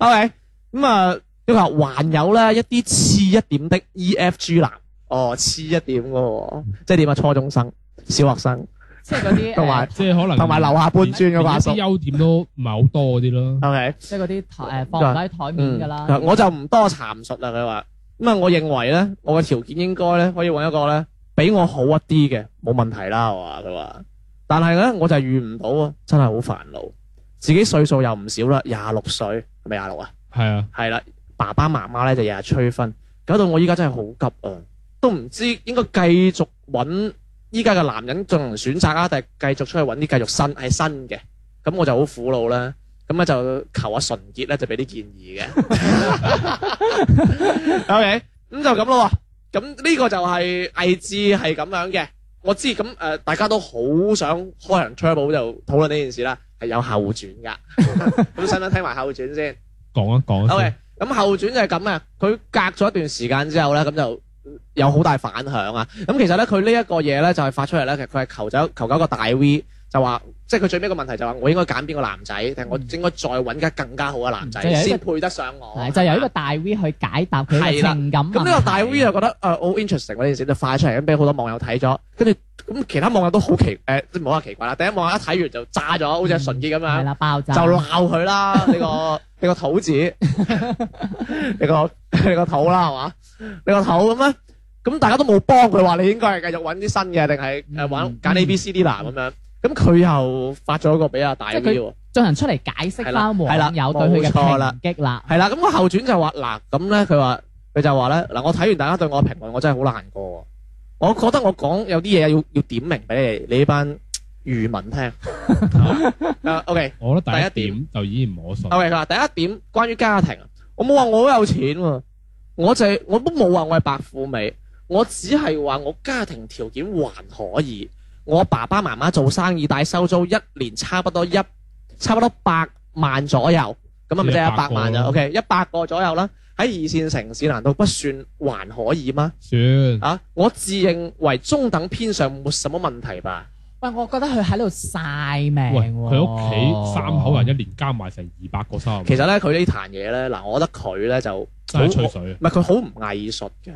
S3: ？OK，咁啊，佢話還有咧一啲次一點的 EFG 男，哦，次一點嘅喎，即係點啊？初中生、小學生，
S2: 即係嗰 啲
S3: 同埋
S2: 誒
S4: 即係可能
S3: 同埋樓下搬磚嘅阿叔
S4: 啲。優點都唔係好多嗰啲咯。
S3: OK。
S2: 即係嗰啲台誒放唔低台面㗎啦。
S3: 嗯嗯我就唔多阐述啦。佢話咁啊，我認為咧，我嘅條件應該咧可以揾一個咧比我好一啲嘅，冇問題啦。我話佢話，但係咧我就遇唔到啊，真係好煩惱。自己歲數又唔少啦，廿六歲係咪廿六啊？
S4: 係啊。
S3: 係啦，爸爸媽媽咧就日日催婚，搞到我依家真係好急啊！都唔知應該繼續揾依家嘅男人進行選擇啊，定係繼續出去揾啲繼續新係新嘅？咁我就好苦惱啦。咁咧就求阿純潔咧就俾啲建議嘅。OK，咁就咁咯喎。咁呢個就係勵志係咁樣嘅。我知咁誒、呃大家都好想開行 turbo 就討論呢件事啦，係有後轉㗎。咁想唔想聽埋後轉先？
S4: 講一講
S3: O
S4: 先
S3: K，咁後轉就係咁啊，佢隔咗一段時間之後咧，咁就有好大反響啊。咁其實咧，佢呢一個嘢咧就係發出嚟咧，其實佢係求走求救一個大 V，就話即係佢最尾一個問題就話，我應該揀邊個男仔，定我應該再揾間更加好嘅男
S2: 嗯就係有
S3: 仔
S2: 一個
S3: 先配得上我
S2: 係。就由一個大 V 去解答佢嘅
S3: 係啦
S2: 情感啊問題
S3: 咁呢個大 V 就覺得誒好 interesting 喎呢件事，就發出嚟咁俾好多網友睇咗，跟住咁其他網友都好奇誒，即係唔好話奇怪啦。第一網友一睇完就炸咗，好似阿純潔咁樣
S2: 係。啦爆炸
S3: 啊就鬧佢啦！呢個你個肚子， 你個你個肚啦係嘛？你個肚咁咧，咁大家都冇幫佢話你應該係繼續揾啲新嘅，定係誒揾揀 A、B、C、D 男咁樣。咁佢又發咗一個比較大
S2: 即係
S3: V
S2: 佢
S3: 喎，
S2: 進行出嚟解釋
S3: 係啦
S2: 翻
S3: 係啦
S2: 網友對佢嘅
S3: 冇錯啦
S2: 抨擊啦。
S3: 係啦。咁個後轉就話嗱，咁咧佢話佢就話咧嗱，我睇完大家對我嘅評論，我真係好難過喎。我覺得我講有啲嘢要要點明俾你你呢班漁民聽。誒 OK。
S4: 我覺
S3: 第
S4: 得第
S3: 一
S4: 一
S3: 點
S4: 點就已經唔可信。
S3: OK，佢話第一點關於家庭，我冇話我好有錢喎，我就係、我都冇話我係白富美，我只係話我家庭條件還可以，我爸爸媽媽做生意帶收租，一年差不多一差不多百萬左右，咁啊咪即係一百萬
S4: 一百個
S3: 就
S4: 咯
S3: OK，一百個左右啦，二線城市難道不算還可以嗎？
S4: 算
S3: 啊，我自認為中等偏上沒什麼問題吧。
S2: 喂，我覺得佢喺度晒命
S4: 喂，
S2: 喎。
S4: 佢屋企三口人一年加埋成二百個收入，
S3: 其實咧，佢呢壇嘢咧，嗱，我覺得佢咧就
S4: 真係吹
S3: 好
S4: 水啊！
S3: 唔係佢好唔藝術嘅，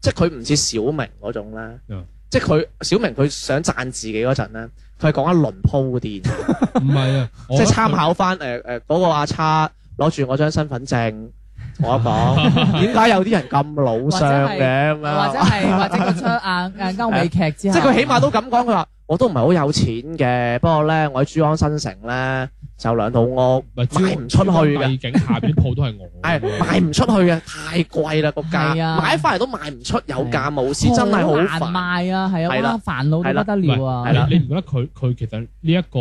S3: 即係佢唔似小明嗰種咧。
S4: 嗯
S3: 即係佢小明佢想讚自己嗰陣咧，佢係講一輪鋪墊，即
S4: 唔 係啊， 我
S3: 係
S4: 覺得佢
S3: 參考翻誒誒嗰個阿叉攞住我張身份證同我 講，點解有啲人咁老
S2: 者
S3: 相
S2: 係
S3: 嘅咁
S2: 或者
S3: 樣？
S2: 係 或者佢出啊誒歐美劇之
S3: 即
S2: 後，
S3: 係佢起碼都咁講，佢話我都唔係好有錢嘅，不過咧我喺珠江新城咧就兩套屋，
S4: 唔係珠
S3: 賣唔出去㗎
S4: 珠江帝景下邊鋪都係我
S3: 係
S4: 嘅，
S3: 賣唔出去嘅，太貴啦個
S2: 係啊
S3: 價，買翻嚟都賣唔出，有價冇市，真係好
S2: 難
S3: 煩。
S2: 賣啊，係啊，
S3: 係啦
S2: 哇，煩惱
S3: 係
S2: 到
S3: 啦
S2: 不得
S4: 唔係
S2: 了啊
S3: 係。啦
S4: 你你唔覺得佢佢其實呢一個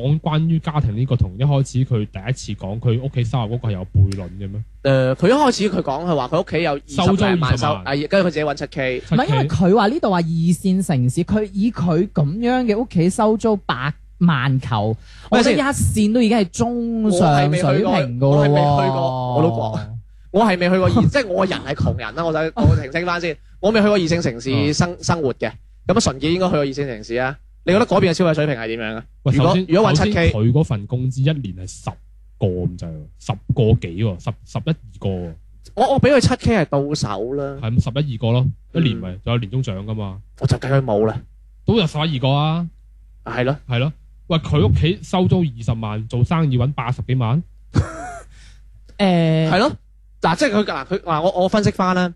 S4: 講關於家庭呢個同一開始佢第一次講佢屋企收入嗰個係有悖論嘅咩？
S3: 誒，佢、一開始佢講佢話佢屋企有二
S4: 收
S3: 十
S4: 租
S3: 零萬
S4: 20
S3: 收，
S4: 萬
S3: 誒，跟住佢自己揾七 K，
S2: 唔係因為佢話呢度話二線城市，佢以佢咁樣嘅屋企收租百萬球，我覺得
S3: 喂
S2: 一
S3: 先
S2: 線都已經係中上水平噶
S3: 我
S2: 咯喎。
S3: 係未去過我都講我係未去過二，即係我人係窮人啦，我就我澄清翻先，我未去過二線城市
S4: 嗯
S3: 生生活嘅，咁啊純潔應該去過二線城市啊，你覺得嗰邊嘅消費水平係點樣啊？
S4: 喂，
S3: 如果
S4: 首先
S3: 如果搵
S4: 首先
S3: 7K
S4: 佢嗰份工資一年係十個咁滯喎，十個幾喎，十十一二個喎，
S3: 我我俾佢七 K 係到手啦，
S4: 係咁十一二個咯，一
S3: 嗯
S4: 年咪仲有年終獎噶嘛，
S3: 我就計佢冇啦，
S4: 都有十一二個啊，
S3: 係咯，
S4: 係咯。喂，佢屋
S3: 嗯
S4: 企收租二十萬，做生意揾八十幾萬，
S2: 誒，
S3: 係咯，嗱，即係佢嗱佢嗱我我分析翻啦，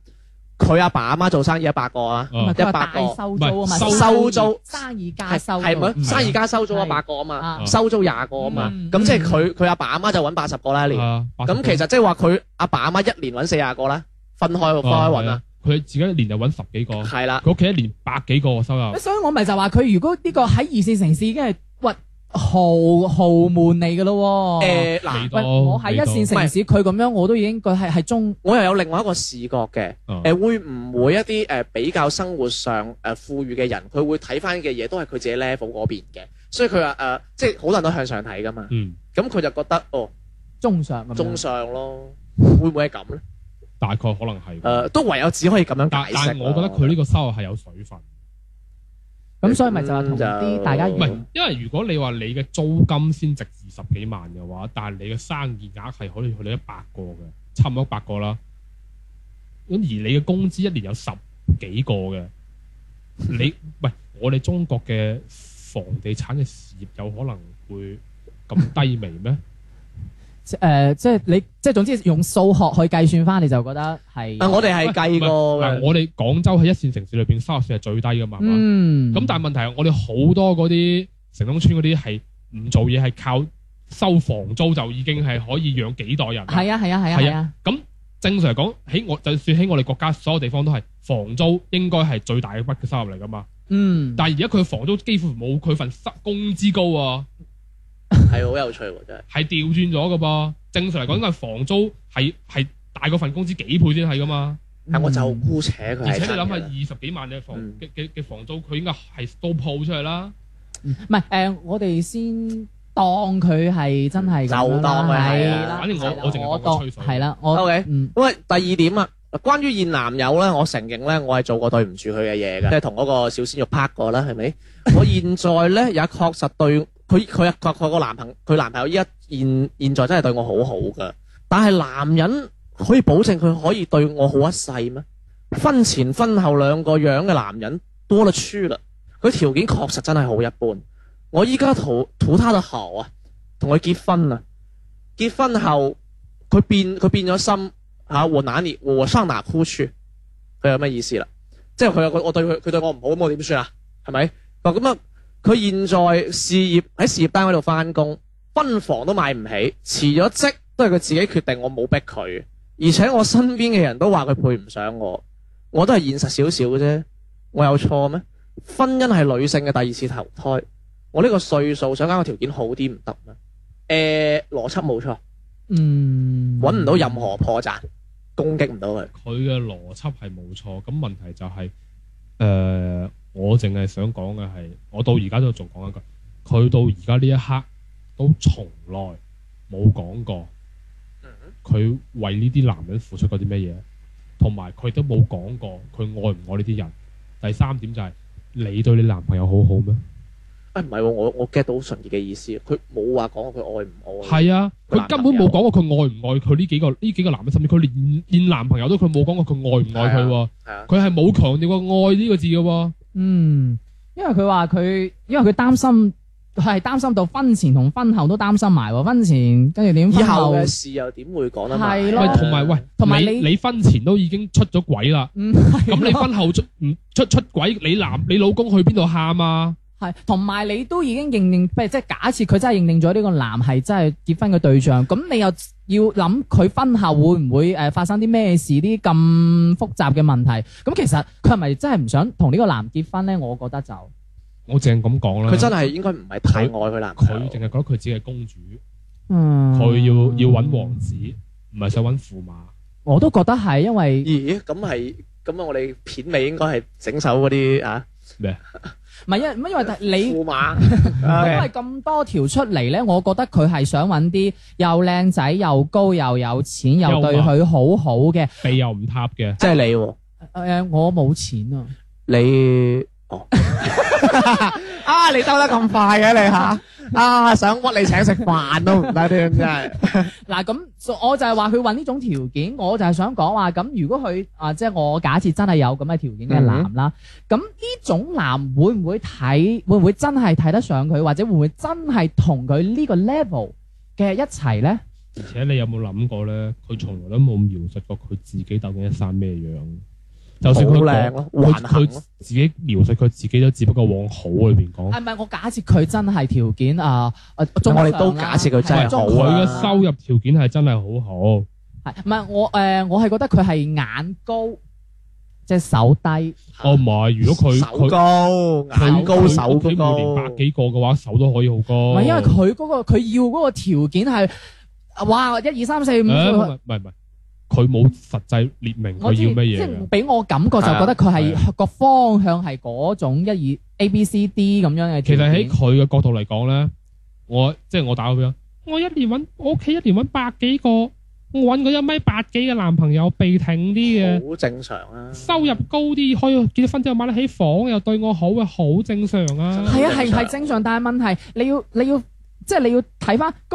S3: 佢阿爸阿媽做生意一百個啊，
S2: 唔係佢話
S4: 啊
S3: 一百
S2: 大
S3: 個
S2: 收租啊嘛，
S4: 唔係
S3: 收租
S2: 生意加
S3: 係
S2: 收
S3: 係咪
S4: 唔係啊
S3: 生意家收租一
S2: 係
S3: 百個啊嘛，
S2: 啊
S4: 嗯
S3: 收租廿個啊嘛，
S2: 嗯
S3: 咁即係佢佢阿爸阿媽就揾八十個啦一年。
S4: 啊，80
S3: 咁其實即係話佢阿爸阿媽一年揾四廿個啦，分開分
S4: 個
S3: 開揾啊，，
S4: 哦係哦佢自己一年就揾十幾個，
S3: 係啦，
S4: 佢屋企一年百幾個喎收入，
S2: 所以我咪就話佢如果呢個喺二線城市已經係喂豪豪門嚟噶
S4: 哦
S2: 咯喎。
S3: 誒
S4: 未
S3: 嗱，
S4: 到
S2: 喂，我喺一線城市，佢咁樣我都已經佢係係中
S3: 我又有另外一個視覺嘅，
S4: 啊
S3: 誒會唔會一啲誒比較生活上誒富裕嘅人，佢會睇翻嘅嘢都係佢自己 level 嗰邊嘅，所以佢話誒即係好多人都向上睇噶嘛，
S4: 嗯，
S3: 咁佢就覺得哦
S2: 中上咁樣。
S3: 中上咯，會唔會係咁咧？
S4: 大概可能係。
S3: 誒都唯有只可以咁樣
S4: 但
S3: 解
S4: 但
S3: 釋
S4: 係
S3: 咯。
S4: 我覺得佢呢個收入係有水分，
S2: 咁所以咪就話同
S3: 咁
S2: 啲
S3: 就
S2: 大家
S4: 唔
S3: 嗯
S4: 係因為如果你話你嘅租金先值二十幾萬嘅話，但係你嘅生意額係可以去到一百個嘅，差唔多一百個啦。咁而你嘅工資一年有十幾個嘅， 你喂我哋中國嘅房地產嘅事業有可能會咁低微咩？
S2: 誒，呃即係你即係總之用數學去計算翻，你就覺得
S3: 啊，
S2: 係
S3: 我哋 係計過
S4: 嗱，
S3: 嘅，
S4: 我哋廣州喺一線城市裏邊收入算係最低噶嘛，係嘛
S2: 嗯
S4: 咁但係問題係，我哋好多嗰啲城中村嗰啲係唔做嘢，係靠收房租就已經係可以養幾代人啦。
S2: 係啊係啊係啊係
S4: 係
S2: 啊，
S4: 咁正常嚟講，喺我就算喺我哋國家所有地方都係房租應該係最大嘅筆嘅收入嚟噶嘛。
S2: 嗯，
S4: 但係而家佢房租幾乎冇佢份收工資高啊，
S3: 係好有趣喎，真係。
S4: 係調轉咗噶噃。正常嚟講，應該係房租係係大過份工資幾倍先係噶嘛。
S3: 係我就姑且佢
S4: 嗯而
S3: 係
S4: 且你
S3: 真
S4: 諗下，
S3: 嘅啦
S4: 二十幾萬嘅房
S3: 嗯
S4: 嘅嘅嘅房租，佢應該係都鋪出去啦。
S2: 唔係誒，我哋先當佢係真係咁樣啦
S3: 就當佢係啊
S2: 係啦
S4: 反正我
S2: 係啦
S4: 我淨係
S2: 我
S4: 當佢
S2: 當
S4: 吹水
S2: 係啦，我
S3: OK
S2: 嗯
S3: 喂，第二點啊，關於現男友咧，我承認咧，我係做過對唔住佢嘅嘢嘅，即係同嗰個小鮮肉拍過啦，係咪？ 我現在咧也確實對佢，佢佢佢個男朋佢男朋友依家現現在真係對我好好噶，但係男人可以保證佢可以對我好一世咩？婚前婚後兩個樣嘅男人多得出啦，佢條件確實真係好一般。我依家圖圖他嘅好啊，同佢結婚啊，結婚後佢變佢變咗心。啊，我哪里我上哪哭去？佢有咩意思啦？即係佢有個我對佢佢對我唔好，咁我點算啊？係咪？嗱咁啊，佢現在事業喺事業單位度翻工，婚房都買唔起，辭咗職都係佢自己決定，我冇逼佢。而且我身邊嘅人都話佢配唔上我，我都係現實少少啫。我有錯咩？婚姻係女性嘅第二次投胎，我呢個歲數想揀個條件好啲唔得咩？誒、邏輯冇錯，
S2: 嗯
S3: 揾唔到任何破綻，攻擊唔到佢。
S4: 佢嘅邏輯係冇錯，咁問題就係、誒、我淨係想講嘅係，我到而家都仲講緊句，
S3: 嗯
S4: 佢到而家呢一刻都從來冇講過，佢為呢啲男人付出過啲咩嘢，同埋佢都冇講過佢愛唔愛呢啲人。第三點就係、你對你男朋友好好咩？
S3: 啊唔係喎，我我 get 到純潔嘅意思，佢冇話講佢愛唔愛。
S4: 係啊，佢根本冇講過佢愛唔愛佢呢幾個呢幾個男人，甚至佢連連男朋友都佢冇講過佢愛唔愛佢喎。
S3: 係啊，
S4: 佢係冇強調過愛呢個字嘅喎。
S2: 嗯，因為佢話佢，因為佢擔心係擔心到婚前同婚後都擔心埋喎，婚前跟住點
S3: 以
S2: 婚
S3: 後
S2: 後
S3: 嘅事又點會講得埋
S2: 係咯
S4: 喂，同埋喂，
S2: 同埋
S4: 你
S2: 你
S4: 你婚前都已經出咗軌 啦，
S2: 嗯係
S4: 咁你
S2: 咯
S4: 婚後出唔出出軌，你男你老公去邊度喊啊？
S2: 係同埋你都已經認定，譬如即係假設佢真係認定咗呢個男係真係結婚嘅對象，咁你又要諗佢婚後會唔會呃誒發生啲咩事，啲咁複雜嘅問題，咁其實佢係咪真係唔想同呢個男結婚咧？我覺得就
S4: 我淨係咁講啦。
S3: 佢真係應該唔係太愛佢男朋
S4: 佢
S3: 友
S4: 淨係覺得佢自己係公主，
S2: 嗯，
S4: 佢要要揾王子，唔係想揾驸馬。
S2: 我都覺得係因為。
S3: 咦，咁係咁啊！我哋片尾應該係整首嗰啲啊
S2: 唔係因為因為你
S3: 驸馬，
S2: 因為
S3: OK，
S2: 咁多條出嚟咧，我覺得佢係想揾啲又靚仔又高又有錢又對佢好好嘅。誒、
S4: 鼻又唔塌嘅，
S3: 即係你喎，
S2: 我冇錢啊！
S3: 你哦 啊！你兜得咁快嘅你嚇啊！想屈你請食飯都唔得添，真係
S2: 嗱咁，所我就係話佢揾呢種條件，我就係想講話咁，如果佢啊，即係我假設真係有咁嘅條件嘅男啦，
S3: 嗯
S2: 咁呢、種男會唔會睇，會唔會真係睇得上佢，或者會唔會真係同佢呢個 level 嘅一齊咧？
S4: 而且你有冇諗過咧？佢從來都冇描述過佢自己究竟一生咩樣。就算佢
S3: 好靚
S4: 講
S3: 咯，
S4: 佢
S3: 橫行
S4: 佢
S3: 咯，
S4: 自己描述佢自己都只不過往好裏邊
S2: 啊
S4: 講。
S3: 啊
S2: 係咪我假設佢真係條件啊？啊中
S3: 我哋
S2: 上
S3: 都
S2: 啦
S3: 假設佢真
S4: 喂
S3: 係
S2: 係中
S3: 好
S4: 佢
S3: 啊
S4: 嘅收入條件係真係好好，
S2: 係唔係我誒、呃我係覺得佢係眼高，隻手低。
S4: 我哦唔係。如果佢
S3: 手
S4: 佢
S3: 高
S4: 佢
S3: 眼高
S4: 佢
S3: 手
S4: 屋企每年百
S3: 高。
S4: 幾個嘅話，手都可以好
S2: 唔
S4: 高。
S2: 係、因為佢嗰、個佢要嗰個條件係，哇一二三四五，
S4: 誒唔
S2: 佢
S4: 係唔係唔係，佢冇實際列明佢
S2: 我知
S4: 要乜
S2: 即
S4: 嘢
S2: 係
S4: 嘅。
S2: 俾我感覺就覺得佢係
S4: 係
S2: 個方向係嗰種一二 A B C D 咁樣嘅
S4: 其
S2: 條件。
S4: 實喺佢嘅角度嚟講咧，我即係我打個比方，我一年揾我屋企一年揾百幾個，我揾個一米八幾嘅男朋友，鼻挺啲嘅，
S3: 好正常啊！
S4: 收入高啲，可以結咗婚之後買得起房，又對我好嘅，好正常啊。
S2: 係啊係係正常，但係問題你要你要即係你要睇翻咁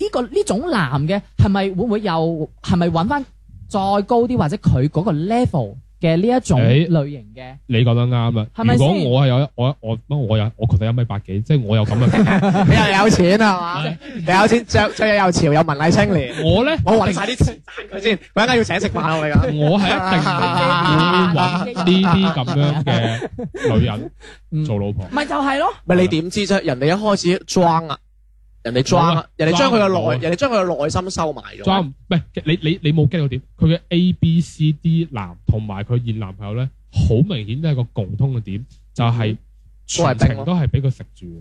S2: 呢個呢種男嘅係咪會唔會又係咪揾翻再高啲或者佢嗰個 level 嘅呢一種
S4: 誒
S2: 類型嘅？
S4: 你講得啱啊！
S2: 係咪
S4: 如果
S2: 先
S4: 我係有一我我乜我有我覺得一米八幾，即係我有咁 嘅，
S3: 你又有錢啊係嘛？你有錢着着嘢又潮又文藝青年。
S4: 我咧
S3: 我揾晒 啲錢賺佢先，佢一間要請食飯我哋 噶。
S4: 我係一定會揾呢啲咁樣嘅女人做老婆。
S2: 咪就係咯，
S3: 咪你點知啫？人哋一開始裝啊，人哋裝
S4: 冇
S3: 啊
S4: 啊，
S3: 人哋將佢
S4: 裝唔到啊
S3: 嘅內，人哋將佢嘅內心收埋咗。
S4: 裝唔唔係你你你冇 get 到點？佢嘅 A、B、C、D 男同埋佢現男朋友咧，好明顯都係個共通嘅點，就係、全程都係俾佢食住嘅。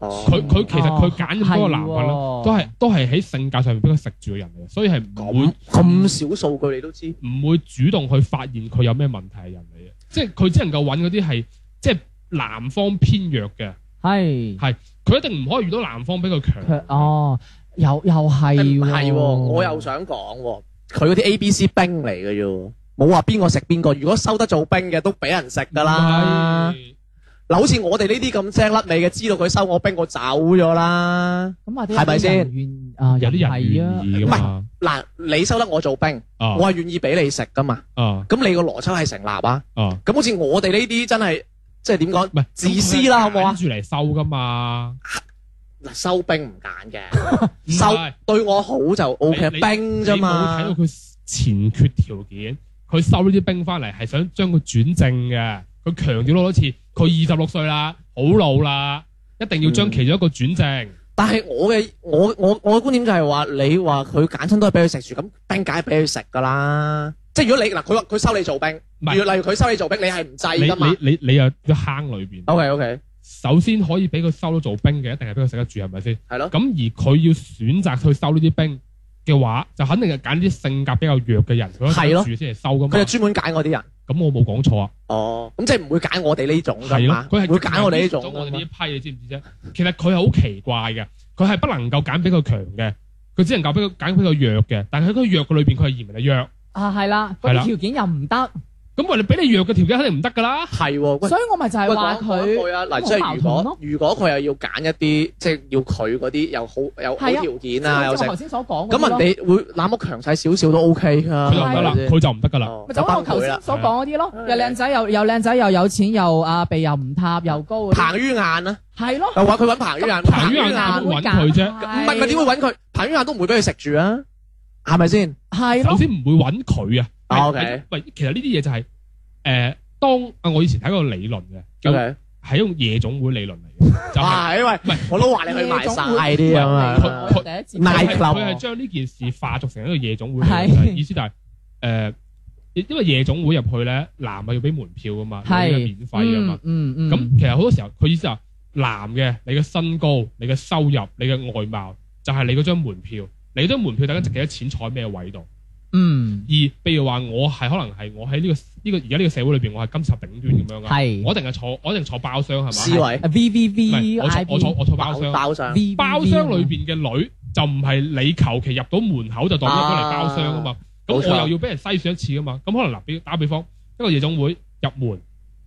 S4: 佢
S3: 佢
S4: 佢其實佢揀咁多個男
S2: 哦係
S4: 朋友呢
S2: 喎
S4: 都係都係喺性格上面俾佢食住嘅人嚟嘅，所以係唔會
S3: 咁咁少數據你都知，
S4: 唔會主動去發現佢有咩問題嘅人嚟嘅，即係佢只能夠揾嗰啲係即係男方偏弱嘅，
S2: 係
S4: 佢一定唔可以遇到男方比佢強。
S2: 佢哦，又又係
S3: 唔係
S2: 係
S3: 喎，我又想講喎，佢嗰啲 A、B、C 兵嚟嘅啫，冇話邊個食邊個。如果收得做兵嘅都俾人食㗎啦。
S4: 唔係
S3: 嗱，好似我哋呢啲咁精甩尾嘅，知道佢收我兵，我走咗啦。
S2: 咁話啲
S3: 係咪先
S2: 人願啊，
S4: 有啲
S2: 係
S4: 人
S2: 啊
S4: 願，意㗎嘛，
S3: 嗱，你收得我做兵，
S4: 啊
S3: 我係願意俾你食㗎嘛。
S4: 啊
S3: 咁你個邏輯係成立啊？
S4: 啊！
S3: 咁好似我哋呢啲真係即係點講？
S4: 唔係
S3: 自私啦好唔好啊
S4: 揀住嚟收噶嘛，
S3: 嗱，收兵唔揀嘅，
S4: 唔係
S3: 收對我好就 O K，
S4: 你
S3: 兵啫嘛
S4: 你冇睇。到佢前缺條件，佢收呢啲兵翻嚟係想將佢轉正嘅。佢強調咗好多次，佢二十六歲啦，好老啦，一定要
S3: 嗯
S4: 將其中一個轉正。
S3: 但係我嘅我我我嘅觀點就係話，你話佢揀親都係俾佢食住，咁兵解俾佢食㗎啦。即係如果你嗱，佢話佢收你做兵，
S4: 唔係
S3: 如例如佢收你做兵，你係唔制
S4: 你
S3: 㗎嘛哦
S4: 你啊你你又喺坑裏邊。
S3: ？O K O K，
S4: 首先可以俾佢收到做兵嘅，一定係俾佢食得住，係咪先？
S3: 係咯，
S4: 咁而佢要選擇去收呢啲兵嘅話，就肯定係揀啲性格比較弱嘅人，佢可以
S3: 係
S4: 食
S3: 咯
S4: 得住先嚟收噶嘛
S3: 佢就。專門揀我啲人。
S4: 咁我冇講錯啊。
S3: 哦，咁即係唔會揀我哋呢種
S4: 係
S3: 㗎
S4: 咯
S3: 嘛，？
S4: 佢係
S3: 啊會揀我哋呢種啊
S4: 啊我哋呢
S3: 㗎
S4: 一
S3: 嘛。
S4: 批，你知唔知啫？其實佢係好奇怪嘅，佢係不能夠揀比佢強嘅，佢只能夠俾佢揀佢個弱嘅，但係喺佢弱嘅裏邊，佢係移民係弱。
S2: 啊，係啦，
S4: 係
S2: 嗰
S4: 啦
S2: 啲條件又唔得，
S4: 咁喂，你俾你弱嘅條件肯定唔得㗎啦。
S3: 係喎，喂
S2: 所以我咪就係
S3: 喂
S2: 話
S3: 講講一句
S2: 佢
S3: 啊，嗱，
S2: 好
S3: 即係
S2: 矛盾
S3: 如果
S2: 咯
S3: 如果佢又要揀一啲，即係要佢嗰啲又好有好
S2: 係啊
S3: 條
S2: 即
S3: 件啊，
S2: 係
S3: 又
S2: 好似我
S3: 成
S2: 頭，先所講嗰啲
S3: 咁
S2: 咯
S3: 人哋會那麼強勢少少都 OK 噶，
S4: 佢就唔得啦，
S3: 係咪先
S4: 佢就唔得㗎啦。
S3: 哦
S2: 咪就
S3: 就
S2: 好似我
S3: 崩
S2: 頭
S3: 潰
S2: 先
S3: 啦。
S2: 所講嗰啲咯，
S3: 係啊
S2: 又靚仔又又靚仔又有錢又啊鼻又唔塌又高嗰啲，
S3: 彭于晏啊，
S2: 係咯，
S3: 又話佢揾彭于晏，
S4: 彭于晏
S2: 點
S4: 點
S2: 會
S4: 會揾佢啫？
S3: 唔係佢點會揾佢？彭于晏都唔會俾佢食住啊，係咪先？
S2: 係
S4: 首
S2: 咯，
S4: 先唔會揾佢啊。
S3: 啊
S4: 喂
S3: OK
S4: 喂，其實呢啲嘢就係誒，當啊，我以前睇過個理論嘅，
S2: 嗯
S4: 叫
S3: OK
S4: 係一種夜總會理論嚟 嘅，就
S2: 啊
S4: 係
S3: 哇，因為
S4: 唔係
S3: 我都話你去埋晒啲咁啊
S4: 佢佢。
S2: 第一次
S3: 賣
S4: 佢係
S3: club
S4: 佢係將呢件事化作成一個夜總會
S2: 係
S4: 嚟嘅，意思就係誒，因為夜總會入去咧，男係要俾門票噶嘛，女
S2: 係
S4: 係免費噶嘛。
S2: 嗯嗯，
S4: 咁其實好多時候佢意思就係男嘅，你嘅身高、你嘅收入、你嘅外貌，就係你嗰張門票。你嗰張門票大家值幾多錢坐喺咩位度？
S2: 嗯
S4: 而譬如話我係可能係我喺呢、個呢、個而家呢個社會裏邊，我係金十頂端咁樣噶。
S2: 係
S4: 我一定係坐，我一定坐包廂係
S3: 思
S4: 嘛？
S3: 維
S2: 啊 V V
S4: 唔
S2: V
S4: 係我
S2: I
S4: 坐我坐
S2: B
S4: 我坐包廂。
S3: 包上，
S2: V
S4: 包廂裏邊嘅女就唔係你求其入到門口就代表咗嚟包廂啊嘛。咁
S3: 冇錯
S4: 我又要俾人篩選一次啊嘛。咁可能嗱，比打比方一個夜總會入門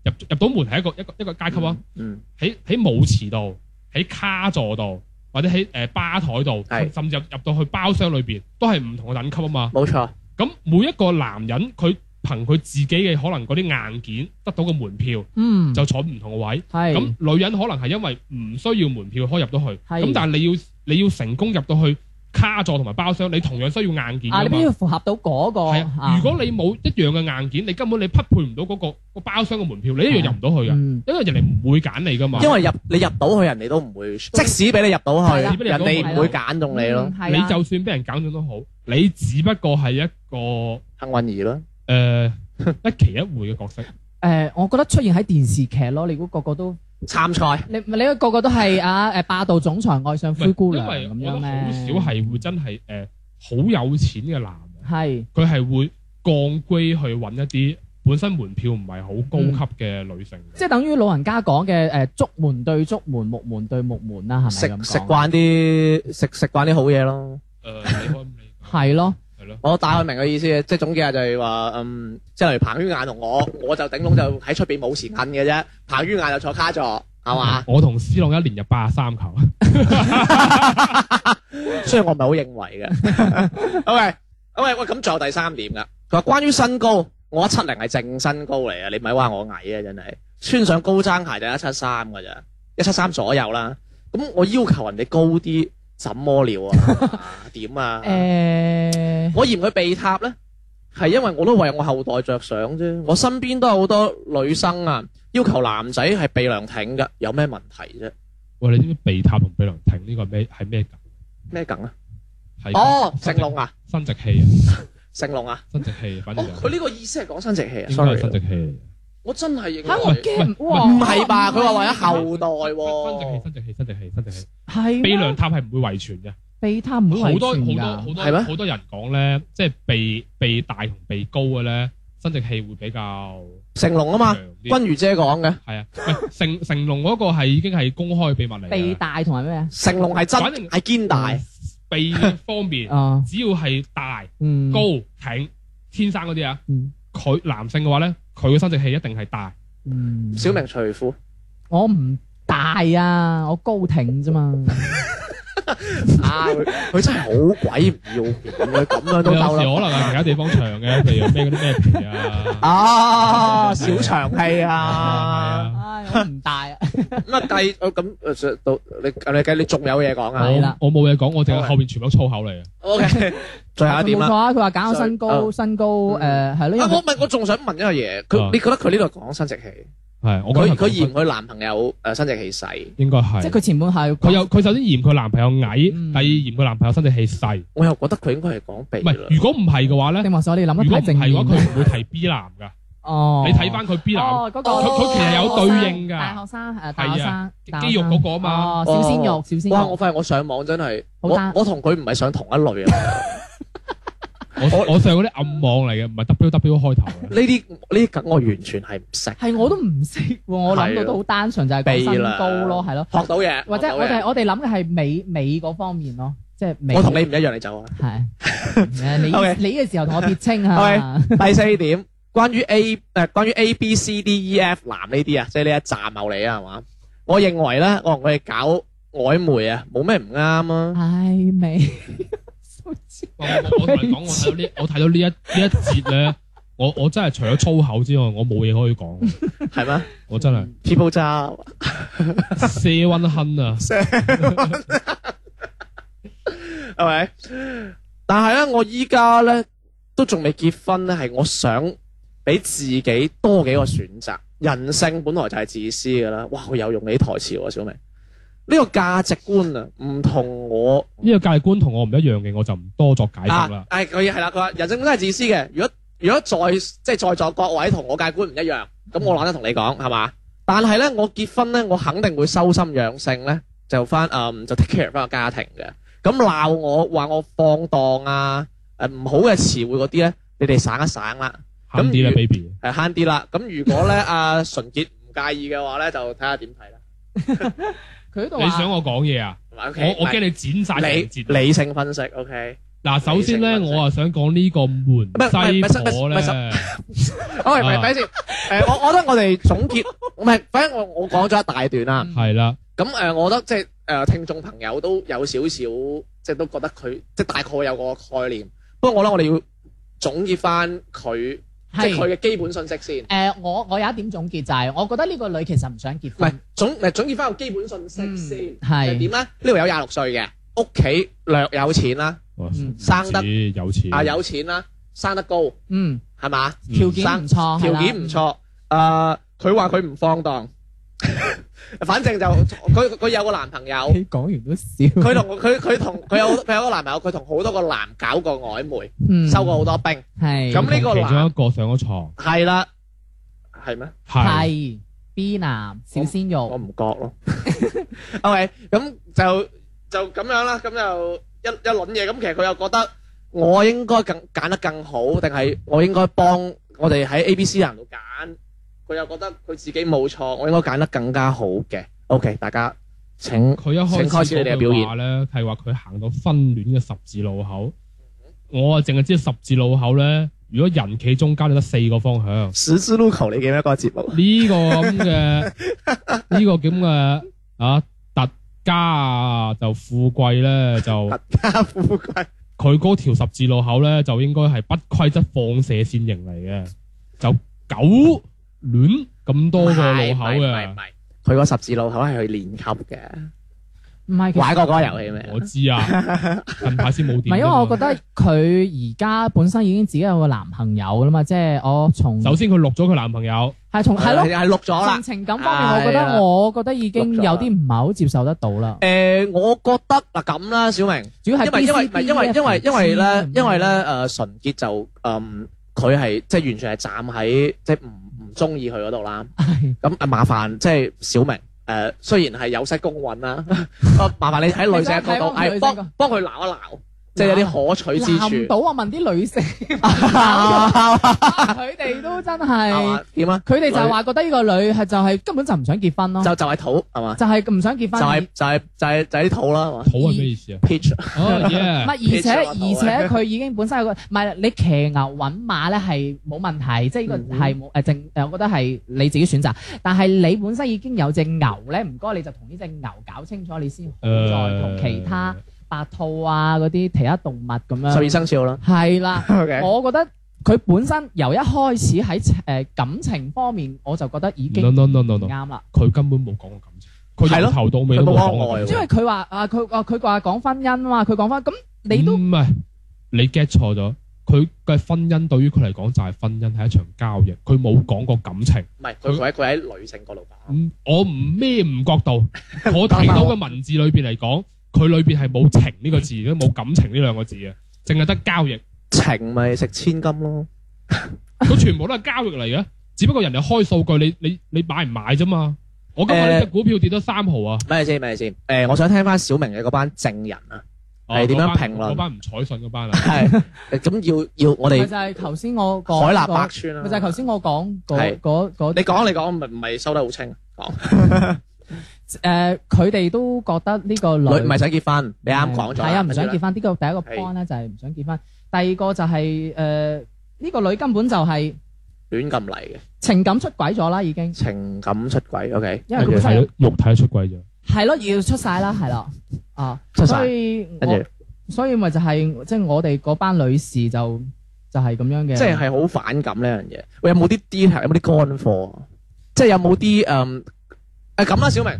S4: 入入到門係一個一個一個階級啊。
S3: 嗯，
S4: 喺喺舞池度、喺卡座度，或者喺誒、呃吧台度，
S3: 係
S4: 甚至入入到去包廂裏邊，都係唔同嘅等級啊嘛。
S3: 冇錯，
S4: 咁每一個男人佢憑佢自己嘅可能嗰啲硬件得到嘅門票，
S2: 嗯
S4: 就坐唔同嘅位。
S2: 係
S4: 咁女人可能係因為唔需要門票可以入到去，
S2: 係
S4: 咁但係你要你要成功入到去卡座同埋包廂，你同樣需要硬件
S2: 啊，
S4: 㗎
S2: 你必要
S4: 嘛。
S2: 符合到嗰個
S4: 係啊，如果你冇一樣嘅硬件，你根本你匹配唔到嗰、個個包廂嘅門票，你一樣入唔到去嘅，
S2: 嗯
S4: 因為人哋唔會揀你噶嘛。
S3: 因為入你入到去，人哋都唔會，即使俾你入到去，
S2: 係啦
S3: 人哋唔會揀中你咯
S2: 嗯，係
S4: 你
S2: 啊
S4: 就算俾人搞中都好，你只不過係一個誒、
S3: 幸運兒咯，
S4: 呃一期一會嘅角色，
S2: 誒，我覺得出現喺電視劇咯，你估個個都
S3: 參賽
S2: 你你個個都係 啊誒霸道總裁愛上
S4: 唔係
S2: 灰姑娘咁
S4: 因為
S2: 樣
S4: 我覺得好少
S2: 咧，
S4: 係會真係誒好有錢嘅男人，
S2: 係
S4: 佢係會降歸去揾一啲本身門票唔係好高級嘅女性嘅。
S2: 即係等於老人家講嘅誒竹門對竹門，木門對木門啦，
S3: 食
S2: 係咪咁講
S3: 食慣啲食食慣啲好嘢咯。
S4: 誒，呃你可唔理解？
S2: 係咯，
S4: 係咯，
S3: 我大概明嘅意思嘅，即係總結下就係話，嗯，即係例如彭于晏同我，我就頂籠就喺出邊冇時間嘅啫，彭于晏就坐卡座，係嘛？
S4: 我同斯朗一年入八十三球，
S3: 雖然我唔係好認為嘅。OK，喂喂，咁仲有第三點噶，佢話關於身高，我一七零係正身高嚟嘅，你咪話我矮啊，真係穿上高踭鞋就一七三噶咋，一七三左右啦。咁我要求人哋高啲，怎麼了啊？點啊？
S2: 誒
S3: 我嫌佢被塌咧，係因為我都為我後代着想啫。我身邊都有好多女生啊，要求男仔係鼻梁挺噶，有咩問題啫？
S4: 喂，你知唔知鼻塔同鼻梁挺呢個係咩係咩㗎？
S3: 咩梗啊？
S4: 係
S3: 哦，
S4: 生
S3: 成
S4: 殖
S3: 龍啊，
S4: 生殖器啊，
S3: 成龍啊，
S4: 生殖器啊，反
S3: 哦
S4: 正就，
S3: 佢呢個意思係講生殖器啊
S4: 應該係
S3: ，sorry，
S4: 生殖器嚟嘅。
S3: 我真係
S2: 嚇
S3: 認
S2: 我
S3: 為。
S2: 驚
S4: 喂
S2: 哇
S3: 唔係吧？佢話為咗
S4: 分
S3: 後代
S4: 分
S3: 喎，
S4: 分殖器、分殖器、分殖器、分殖器。
S2: 係
S4: 鼻
S2: 咩
S4: 梁塔係唔會遺傳嘅，
S2: 鼻塌唔會
S4: 好
S2: 遺
S4: 多好
S2: 傳
S4: 多
S2: 㗎
S4: 好多
S3: 係咩
S4: 好多人講咧，即係鼻鼻大同鼻高嘅咧，生殖器會比較
S3: 成龍啊
S4: 強
S3: 嘛，
S4: 啲。
S3: 君如姐講嘅，
S4: 係啊，喂，成成龍嗰個係已經係公開秘密嚟
S2: 鼻
S4: 嘅。
S2: 大同埋咩啊？
S3: 成龍係真
S4: 反正
S3: 係堅大，
S4: 啊
S3: 哦
S4: 鼻 方面，
S2: 啊
S4: 只要係大
S2: 嗯
S4: 高挺天生嗰啲啊
S2: 嗯，
S4: 佢男性嘅話咧，佢嘅生殖器一定係大。
S2: 嗯
S3: 小明除褲，
S2: 我唔大啊，我高挺 啫嘛。
S3: 啊，佢佢真係好鬼唔要面，佢咁樣
S4: 有
S3: 都
S4: 時
S3: 鬥啦。
S4: 可能係其他地方長 嘅，譬如咩嗰啲咩皮啊。
S3: 啊，小長氣啊！
S4: 係啊
S2: 唉，我唔大啊。
S3: 咁啊，計哦咁呃上到你你計你仲有嘢講
S2: 係
S3: 啊
S2: 啦
S4: 我我冇嘢講，我淨
S3: 好
S4: 係
S3: 啊
S4: 後面全部都粗口嚟嘅。
S3: ？O K，最 後一點
S2: 冇錯
S3: 啦。
S2: 啊，佢話揀個身
S3: 所以
S2: 高，身高誒係咯，
S3: 啊，
S2: 因為
S3: 我問我仲想問一個嘢，佢
S4: 啊
S3: 你覺得佢呢度講生殖器，
S4: 係，我覺
S3: 佢
S4: 得
S3: 佢嫌佢男朋友誒生殖器細，
S4: 應該係
S2: 即係。佢前半係
S4: 佢有佢首先嫌佢男朋友矮，
S2: 嗯
S4: 第二嫌佢男朋友身體氣細。
S3: 我又覺得佢應該係講
S4: 唔
S3: 鼻
S4: 係，如
S3: 啦。
S4: 果唔係嘅話咧
S2: 定，話所你諗
S4: 啊如
S2: 得
S4: 果
S2: 啊太
S4: 唔
S2: 正
S4: 係嘅話，
S2: 面。
S4: 佢唔會提 B 男噶。
S2: 哦，
S4: 你睇翻佢 B 男，
S2: 哦，嗰個
S3: 佢佢其實有
S4: 對應㗎
S2: 大學生誒，大學
S4: 係啊
S2: 生大學生
S4: 肌肉嗰個啊嘛
S2: 哦小鮮肉，小鮮
S3: 哇！我
S2: 肉，
S3: 發現我上網真係，
S2: 好
S3: 我
S2: 單
S3: 我同佢唔係上同一類啊！
S4: 我我上嗰啲暗網嚟嘅，唔係 W W 開頭嘅。
S3: 呢啲呢啲梗我完全係唔識，
S2: 係我都唔識喎，我諗
S3: 啊
S2: 到都好單純，就係講身高咯，係咯，
S3: 學到嘢，
S2: 或者
S3: 學到
S2: 我
S3: 嘢
S2: 哋我哋諗嘅係美美嗰方面咯，即係未
S3: 我同你唔一樣，你走啊。
S2: 係誒你
S3: OK
S2: 你嘅時候同我撇清 啊，
S3: 第四點，關於 A 誒、關於 A、B、C、D、E、F 男呢啲啊，即係呢一站茂利啊，係嘛？我認為咧，我同佢哋搞曖昧啊，冇咩唔啱啊。
S2: 唉未，
S4: 我我我同你講，我睇到 呢，我睇到呢一呢一節咧，我我真係除咗粗口之外，我冇嘢可以講，
S3: 係咩
S4: 我真係
S3: ？People 渣，
S4: 謝温亨啊！
S3: 係咪？但係咧，我依家咧都仲未結婚咧，係我想俾自己多幾個選擇。人性本來就係自私噶啦。哇，佢有用你啲台詞喎，小明。呢個價值觀啊，唔同我
S4: 呢個價值觀同我唔一樣嘅，我就唔多作解釋
S3: 啊
S4: 啦，。
S3: 係佢係啦，佢話人性本身係自私嘅。如果如果在即係在座各位同我價值觀唔一樣，咁我懶得同你講係嘛？但係咧，我結婚咧，我肯定會修心養性咧，就翻嗯就 take care 翻個家庭嘅。咁鬧我話我放蕩啊，誒唔好嘅詞彙嗰啲咧，你哋省一省啦，咁
S4: 慳啲啦
S3: 如
S4: ，baby。
S3: 係慳啲啦。咁如果咧 阿純潔唔介意嘅話咧，就睇下點睇啦。
S2: 佢喺度
S4: 你想
S2: 話
S4: 我講嘢啊？
S3: 係嘛？OK，
S4: 我我驚你剪晒成
S3: 理
S4: 節。
S3: 理性分析，OK。
S4: 嗱，首先咧，
S3: 理性分析
S4: 我啊想講呢個門
S3: 唔係唔係唔係
S4: 西婆
S3: 唔係
S4: 咧，
S3: 哦，喂，
S4: 啊
S3: 咪咪先，誒，我我覺得我哋總結，唔係，反正我我講咗一大段
S2: 嗯
S3: 啦。
S4: 係啦，
S3: 咁誒，我覺得即係誒聽眾朋友都有少少，即係都覺得佢即係大概有個概念。不過我覺得我哋要總結翻佢即係
S2: 係
S3: 佢嘅基本信息先，
S2: 誒，我我有一點總結就係，我覺得呢個女其實唔想結
S3: 唔係
S2: 婚，嗯
S3: 總誒總結翻個基本信息先。係點咧？
S2: 係
S3: 呢度有廿六歲嘅，屋企略有錢啦，
S4: 哇
S2: 嗯
S3: 生得
S4: 咦有錢
S3: 啊有錢啦，生得高
S2: 嗯
S3: 係嘛？
S4: 嗯
S2: 條件唔錯，哦係
S3: 條
S2: 啦
S3: 件唔錯。誒，佢話佢唔放蕩， 反正就佢佢有個男朋 友，
S2: 你講完都笑，
S3: 佢同佢佢同佢有佢有個男朋友，佢同好多個男搞過曖昧，
S2: 嗯
S3: 收過好多兵，
S2: 係
S3: 咁呢個
S4: 其中
S3: 男
S4: 一個上咗床，
S3: 係啦，係咩？
S4: 係
S2: 係 B 男小鮮肉，
S3: 我唔覺咯。OK，咁就就咁樣啦，咁就一一輪嘢。咁其實佢又覺得我應該更揀得更好，定係我應該幫我哋喺 A、B、C 人度揀？佢又覺得佢自己冇錯，我應該揀得更加好嘅。OK，大家請
S4: 佢一
S3: 請
S4: 開
S3: 開
S4: 始
S3: 始你哋嘅表現
S4: 嗰句話咧，係話佢行到婚戀嘅十字路口。我啊，淨係知道十字路口咧，如果人企中間，你得四個方向。
S3: 十字路口你記唔記得嗰個節目？
S4: 呢個咁嘅呢個咁嘅啊特家啊，就富貴咧就
S3: 特家富貴。
S4: 佢嗰條十字路口咧，就應該係不規則放射線型嚟嘅，就九亂咁多個路口
S3: 唔係唔係唔係唔
S4: 嘅。
S3: 係佢個十字路口係去練級嘅，
S2: 唔係其實
S3: 玩過嗰個遊戲咩？
S4: 我知啊， 近排先冇
S2: 唔
S4: 電。
S2: 係，因為我覺得佢而家本身已經自己有個男朋友啦嘛，即係我從
S4: 首先佢錄咗佢男朋友。
S2: 係從係咯，
S3: 係錄咗啦
S2: 從。情感方面，我覺
S3: 係啊
S2: 得我覺得已經有啲唔係好接受得到啦。
S3: 誒，我覺得嗱咁啦，小明，
S2: 主要係
S3: 因為因為唔係因為
S2: BCD
S3: 因為因為咧
S2: 嗯，
S3: 因為咧誒，純潔就嗯佢係即係完全係站喺即係唔唔中意佢嗰度啦。
S2: 係
S3: 咁啊麻煩即係小明誒，雖然係有失公允啦， 啊麻煩你喺女性嘅 角度，係
S2: 你幫佢睇幫佢女性角
S3: 幫幫佢鬧一鬧，即係有啲可取之
S2: 鬧唔
S3: 處。
S2: 到我問啲女 性，佢哋都真
S3: 係嘛
S2: 係，
S3: 點啊？
S2: 佢哋就係話覺得呢個女係就係根本就唔想結婚咯，
S3: 就就係肚係嘛？
S2: 就係唔想結
S3: 就係
S2: 婚。
S3: 就係就係就係啲肚啦係嘛
S4: 肚係咩意思啊？
S3: ？Pitch
S4: 哦
S2: 唔係，
S4: 耶！
S2: 而且
S3: 你做
S2: 而
S3: 得到啊
S2: 且佢已經本身有個，唔係你騎牛揾馬咧係冇問題，即係呢個
S3: 嗯
S2: 係冇誒正誒，我覺得係你自己選擇。但係你本身已經有隻牛咧，唔該你就同呢隻牛搞清楚，你先好
S4: 呃
S2: 再同其他白兔啊嗰啲其他動物咁
S3: 十二
S2: 樣。
S3: 生肖啦。
S2: 係 啦，
S5: 啊
S3: OK，
S2: 我覺得佢本身由一開始喺誒感情方面，我就覺得已經
S4: No, no, no, no,
S2: 唔
S4: no.
S2: 啱啦。
S4: 嗯佢根本冇講過感情，佢
S3: 係
S4: 由
S3: 咯
S4: 頭到尾都冇講過
S3: 佢
S4: 感
S3: 冇
S4: 情
S2: 因。為佢話啊，佢啊佢話講婚姻嘛，佢講翻咁你都
S4: 唔係你 get 錯咗，佢嘅婚姻對於佢嚟講就係婚姻係一場交易，佢冇講過感情。
S3: 唔係佢佢喺佢喺女性角度講。
S4: 嗯我唔咩唔覺到，我睇到嘅文字裏邊嚟講，佢裏邊係冇情呢個字，都冇感情呢兩個字嘅，淨係得交易，
S3: 情咪食千金咯，
S4: 佢全部都係交易嚟嘅。只不過人哋開數據，你你你買唔買啫嘛？我今日呢只股票跌咗三毫啊！
S3: 咪先咪先，誒、我想聽翻小明嘅嗰班證人啊，
S4: 哦
S3: 係點樣
S4: 嗰班
S3: 評論
S4: 嗰班唔採信嗰班啊！
S3: 係 咁要要我
S2: 咪
S3: 哋
S2: 就係頭先我講
S3: 海納
S2: 嗰個
S3: 百川啦、
S2: 咪就係頭先我講嗰
S3: 係
S2: 嗰嗰
S3: 你講你講，唔係唔係收得好清，講
S2: 誒，佢哋都覺得呢個
S3: 女
S2: 女
S3: 唔係想結婚，你啱講咗啦。
S2: 係啊，唔
S3: 跟住
S2: 想
S3: 咧
S2: 結婚。呢個第一個
S3: 係
S2: point 咧就係唔想結婚，第二個就係誒呢個女根本就係
S3: 亂咁嚟嘅
S2: 情感出軌咗啦，已經
S3: 情感出軌，OK，
S2: 因為佢
S4: 肉
S2: 本身
S4: 體肉體出軌咗，
S2: 係咯，要出晒啦，係啦，啊，
S3: 出晒
S2: 所以
S3: 跟住
S2: 我所以咪就係即係我哋嗰班女士就就係咁樣嘅，
S3: 即係係好反感呢樣嘢。喂，有冇啲 detail？有冇啲乾貨啊？即係有冇啲誒誒咁啦，小明，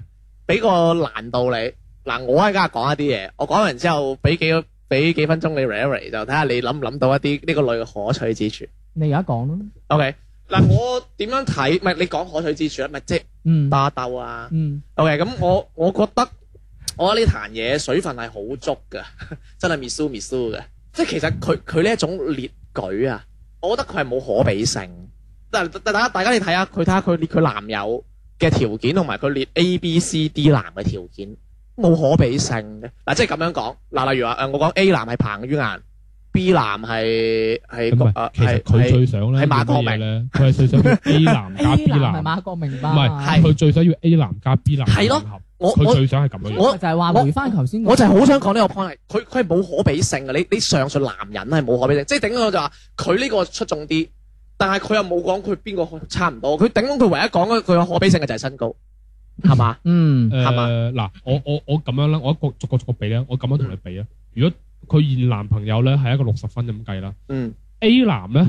S3: 俾個難度你。嗱，我喺家講一啲嘢，我講完之後俾幾俾幾分鐘你 r e 就睇下你諗唔諗到一啲呢個女嘅可取之處。
S2: 你而家講咯，
S3: OK，嗱，我點樣睇？唔係你講可取之處啊啦，咪即係
S2: 嗯
S3: 打鬥啊。
S2: 嗯
S3: OK，咁我我覺得我覺得呢壇嘢水分係好足嘅， 真係 miss 密 miss 嘅。即係其實佢佢呢一種列舉啊，我覺得佢係冇可比性。但但大家大家你睇下佢睇下佢列佢男友嘅條件，同埋佢列 A、B、C、D 男嘅條件冇可比性嘅。嗱，即係咁樣講嗱，例如話誒，我講 A 男係彭于晏，B 男係係
S4: 咁唔係
S3: 誒
S4: 其實
S3: 係
S4: 佢
S3: 係
S4: 最想咧
S3: 係馬國明
S4: 咧，佢係最想要 A 男加
S2: A
S4: B
S2: 男係
S4: 男，
S2: 馬國明
S4: 唔
S2: 吧？
S4: 係佢最想要 A 男加 B 男
S3: 係咯
S4: 嘅混合，
S3: 我
S4: 佢
S3: 我
S4: 最想係咁樣樣。
S3: 我
S2: 就係話回翻頭先嗰個，
S3: 我就係好想講呢個 point 係，佢佢係冇可比性嘅。你你上述男人係冇可比性，即係頂多就話佢呢個出眾啲，但係佢又冇講佢邊個差唔多。佢頂多佢唯一講佢有可比性嘅就係身高，係嘛？
S2: 嗯
S4: 誒
S3: 係嘛
S4: 呃嗱，我我我咁樣啦，我一個逐個逐個比咧，我咁樣同你比啊。如果佢現男朋友咧係一個六十分咁計啦
S3: 嗯，
S4: ，A 男咧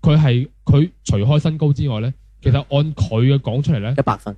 S4: 佢係佢除開身高之外咧，其實按佢嘅講出嚟咧
S3: 嗯一百分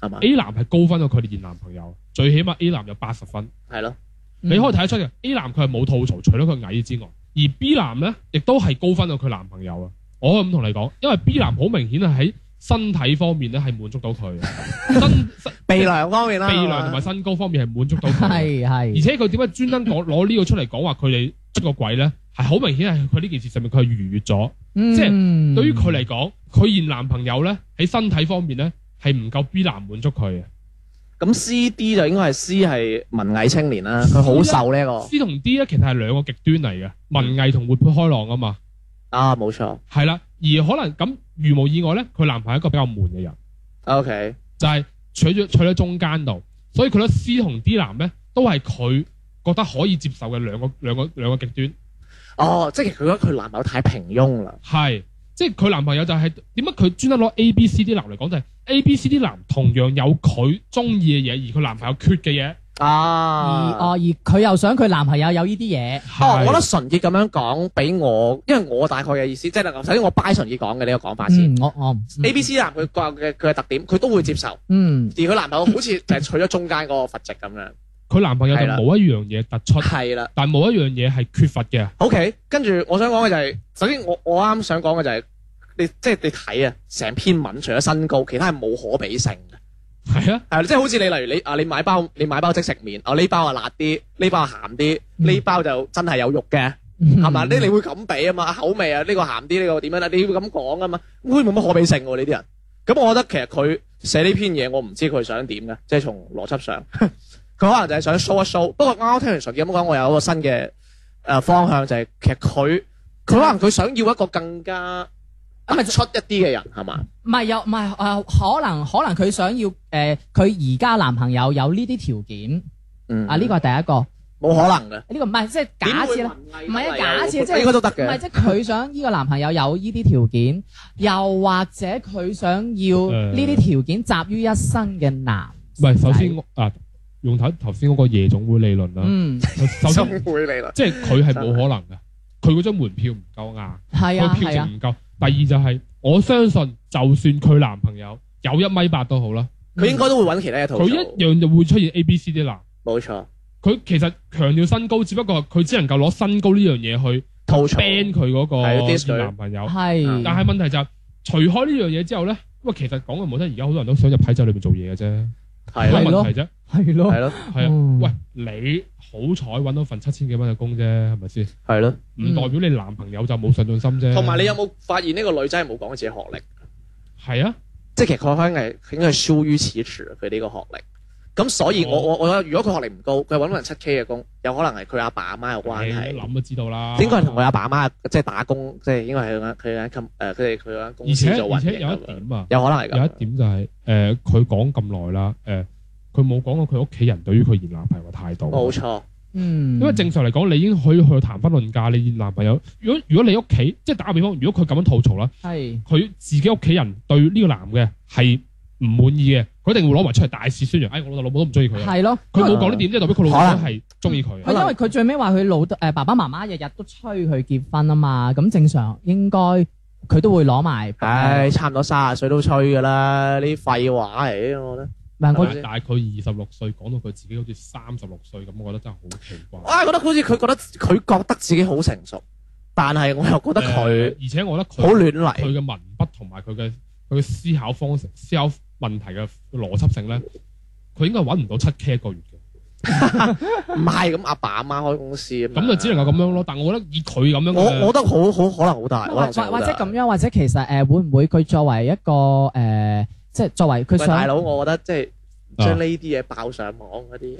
S3: 係嘛？
S4: ，A 男係高分過佢哋現男朋友，最起碼 A 男有八十分。
S3: 係咯，
S2: 嗯
S4: 你可以睇得出嘅 A 男佢係冇吐槽，除咗佢矮之外，而 B 男咧亦都係高分到佢男朋友啊！我可以咁同你講，因為 B 男好明顯係喺身體方面咧係滿足到佢嘅，身 身
S3: 鼻梁方面啦，
S4: 鼻梁同埋
S3: 係嘛
S4: 身高方面係滿足到佢嘅。
S2: 係
S4: 而
S2: 係
S4: 且佢點解專登講攞呢個出嚟講話佢哋出個鬼咧？係好明顯係佢呢件事上面佢係逾越咗。
S2: 嗯
S4: 即係對於佢嚟講，佢現男朋友咧喺身體方面咧係唔夠 B 男滿足佢嘅。
S3: 咁 C D 就應該係 C 係文藝青年啦，佢好瘦呢個
S4: C 同 D 咧其實係兩個極端嚟嘅，文藝同活潑開朗啊嘛。
S3: 啊，冇錯。
S4: 係啦，而可能咁如無意外咧，佢男朋友係一個比較悶嘅人，
S3: O K，
S4: 就係、取咗取咗中間度，所以佢咧 C 同 D 男咧都係佢覺得可以接受嘅兩個兩個兩個極端，
S3: 哦，即係其實佢覺得佢男朋友太平庸啦。
S4: 係即係佢男朋友就係點解佢專登攞 A B C D 男嚟講就係、A B C D 男同樣有佢中意嘅嘢，而佢男朋友缺嘅嘢，
S2: 而
S3: 啊，
S2: 哦而佢又想佢男朋友有呢啲嘢，
S3: 哦，我
S4: 係
S3: 覺得純潔咁樣講俾我，因為我大概嘅意思，即係嗱首先我 buy 純潔講嘅呢個講法先。
S2: 嗯我我
S3: A、B、C 男佢各有嘅佢嘅特點，佢都會接受，而
S2: 嗯
S3: 佢男朋友好似就係取咗中間嗰個佛籍咁樣。
S2: 哦
S4: 佢男朋友就
S3: 係啦
S4: 冇一樣嘢 突出，
S3: 係啦
S4: 但冇一樣嘢係缺乏嘅，
S3: ，OK，跟住我想講嘅就係，首先我我啱想講嘅就係，你即係你睇啊，成篇文除咗身高，其他係冇可比性嘅。
S4: 係啊，
S3: 係啦，即係好似你例如你啊，你買包你買包即食麵，哦呢包啊辣啲，呢包啊鹹啲，呢包就真係有肉嘅。
S2: 嗯
S3: 係啊嘛？呢你會咁比啊嘛，口味啊，呢、個鹹啲，呢、個點樣啦？你會咁講啊嘛，咁佢冇乜可比性喎呢啲人。咁我覺得其實佢寫呢篇嘢，我唔知佢想點嘅，即係從邏輯上， 佢可能就係想 show 一 show。不過啱啱聽完純潔咁講，我有一個新嘅誒、呃方向，就係、其實佢佢可能佢想要一個更加
S2: 啊
S3: 突出一啲嘅人係嘛？
S2: 唔係有唔係誒可能可能佢想要誒呃佢而家男朋友有呢啲條件
S3: 嗯
S2: 啊呢個係第一個
S3: 冇可能嘅，
S2: 呢個唔係即係假設啦，
S3: 唔
S2: 唔係啊假設即係
S3: 應該都得
S2: 唔係
S3: 嘅。
S2: 即係佢想呢個男朋友有呢啲條件，又或者佢想要呢啲條件集於一身嘅男，
S4: 唔係首先我啊用頭頭先嗰個夜總會理論啦，
S2: 嗯
S3: 就
S4: 首先。
S3: 會你啦，
S4: 即係佢係冇可能嘅，佢嗰張門票唔夠硬，
S2: 係啊
S4: 佢票
S2: 係啊
S4: 值唔夠。第二就係、我相信，就算佢男朋友有一米八都好啦，
S3: 佢應該都會揾其他嘅套
S4: 佢
S3: 路。
S4: 一樣就會出現 A、B、C 啲男。
S3: 冇錯，
S4: 佢其實強調身高，只不過佢只能夠攞身高呢樣嘢去
S3: 吐槽
S4: ban 佢嗰
S3: 係嗯要 diss
S4: 個
S3: 佢
S4: 男朋友。
S2: 係，
S4: 但係問題就係、除開呢樣嘢之後咧，喂，其實講句冇得，而家好多人都想入體制裏面做嘢嘅啫，
S3: 係
S2: 係
S3: 咯
S4: 有乜
S2: 咯
S4: 問題啫？
S2: 係咯
S3: 係咯
S4: 係啊，
S2: 嗯
S4: 喂，你好彩揾到份七千幾蚊嘅工啫，係咪先？
S3: 係咯。
S4: 唔代表你男朋友就冇上進心啫。
S3: 嗯同埋你有冇發現呢個女仔係冇講自己學歷？
S4: 係啊，
S3: 即係其實佢可能係應該係羞於此處佢呢個學歷。咁所以我我我覺得，如果佢學歷唔高，佢揾份七 K 嘅工，有可能係佢阿爸阿媽有關係，
S4: 諗都知道啦。
S3: 應該係同佢阿爸阿媽即係打工，即係應該係佢間佢間誒佢哋佢間公
S4: 而
S3: 司
S4: 且
S3: 做
S4: 而
S3: 運
S4: 且有
S3: 營
S4: 一
S3: 咁樣
S4: 點啊，
S3: 有可能係
S4: 有一
S3: 咁。
S4: 點就係誒，佢講咁耐啦，誒，佢冇講過佢屋企人對於佢現男朋友嘅態度。
S3: 冇錯，
S2: 嗯，
S4: 因為正常嚟講，你已經可以去談婚論嫁，你現男朋友。如果如果你屋企，即係打個比方，如果佢咁樣吐槽啦，
S2: 系
S4: 佢自己屋企人對呢個男嘅係唔滿意嘅，佢一定會攞埋出嚟大肆宣揚。哎，我老豆老母都唔中意佢啊。
S2: 系咯，
S4: 佢冇講呢點，即係代表佢老豆係中意佢啊
S2: 係
S4: 嘅。
S2: 因為佢最尾話佢老诶爸爸媽媽日日都催佢結婚啊嘛，咁正常應該佢都會攞埋。
S3: 唉，差唔多三十歲都吹噶啦，呢啲廢話嚟，我覺
S2: 唔
S3: 得。
S2: 係
S4: 但
S2: 我
S4: 係但係佢二十六歲講到佢自己好似三十六歲咁，我覺得真係好奇怪。
S3: 我係覺得好似佢覺得佢覺得自己好成熟，但係我又覺得佢
S4: 誒而且我覺得佢
S3: 好亂
S4: 佢
S3: 嚟。
S4: 嘅文筆同埋佢嘅佢嘅思考方式、思考問題嘅邏輯性咧，佢應該揾唔到七 K 一個月嘅。
S3: 唔係咁，阿爸阿媽開公司咁
S4: 咁就只能夠咁樣咯。但我覺得以佢咁樣
S3: 我我覺
S4: 嘅
S3: 得好好可能好大，可
S2: 或
S3: 能
S2: 或
S3: 性好
S2: 或
S3: 大
S2: 者咁樣，或者其實诶會唔會佢作為一個诶即係作為佢
S3: 喂，大
S2: 想
S3: 佬，我覺得即係將呢啲嘢爆上網嗰啲，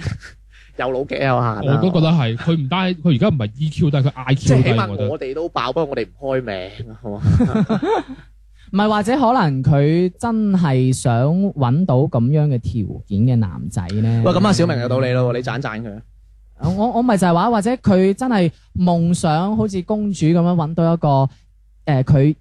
S3: 有腦嘅有限啊。
S4: 我都覺得係佢唔單佢而家唔係 EQ 低，佢 IQ
S3: 即係起
S4: 低，我覺
S3: 碼
S4: 得
S3: 我哋都爆，不過我哋唔開名，好嘛？
S2: 唔係或者可能佢真係想揾到咁樣嘅條件嘅男仔咧？
S3: 喂，咁啊，小明有道理咯，你讚讚佢。
S2: 我我咪就係話，或者佢真係夢想好似公主咁樣揾到一個誒佢、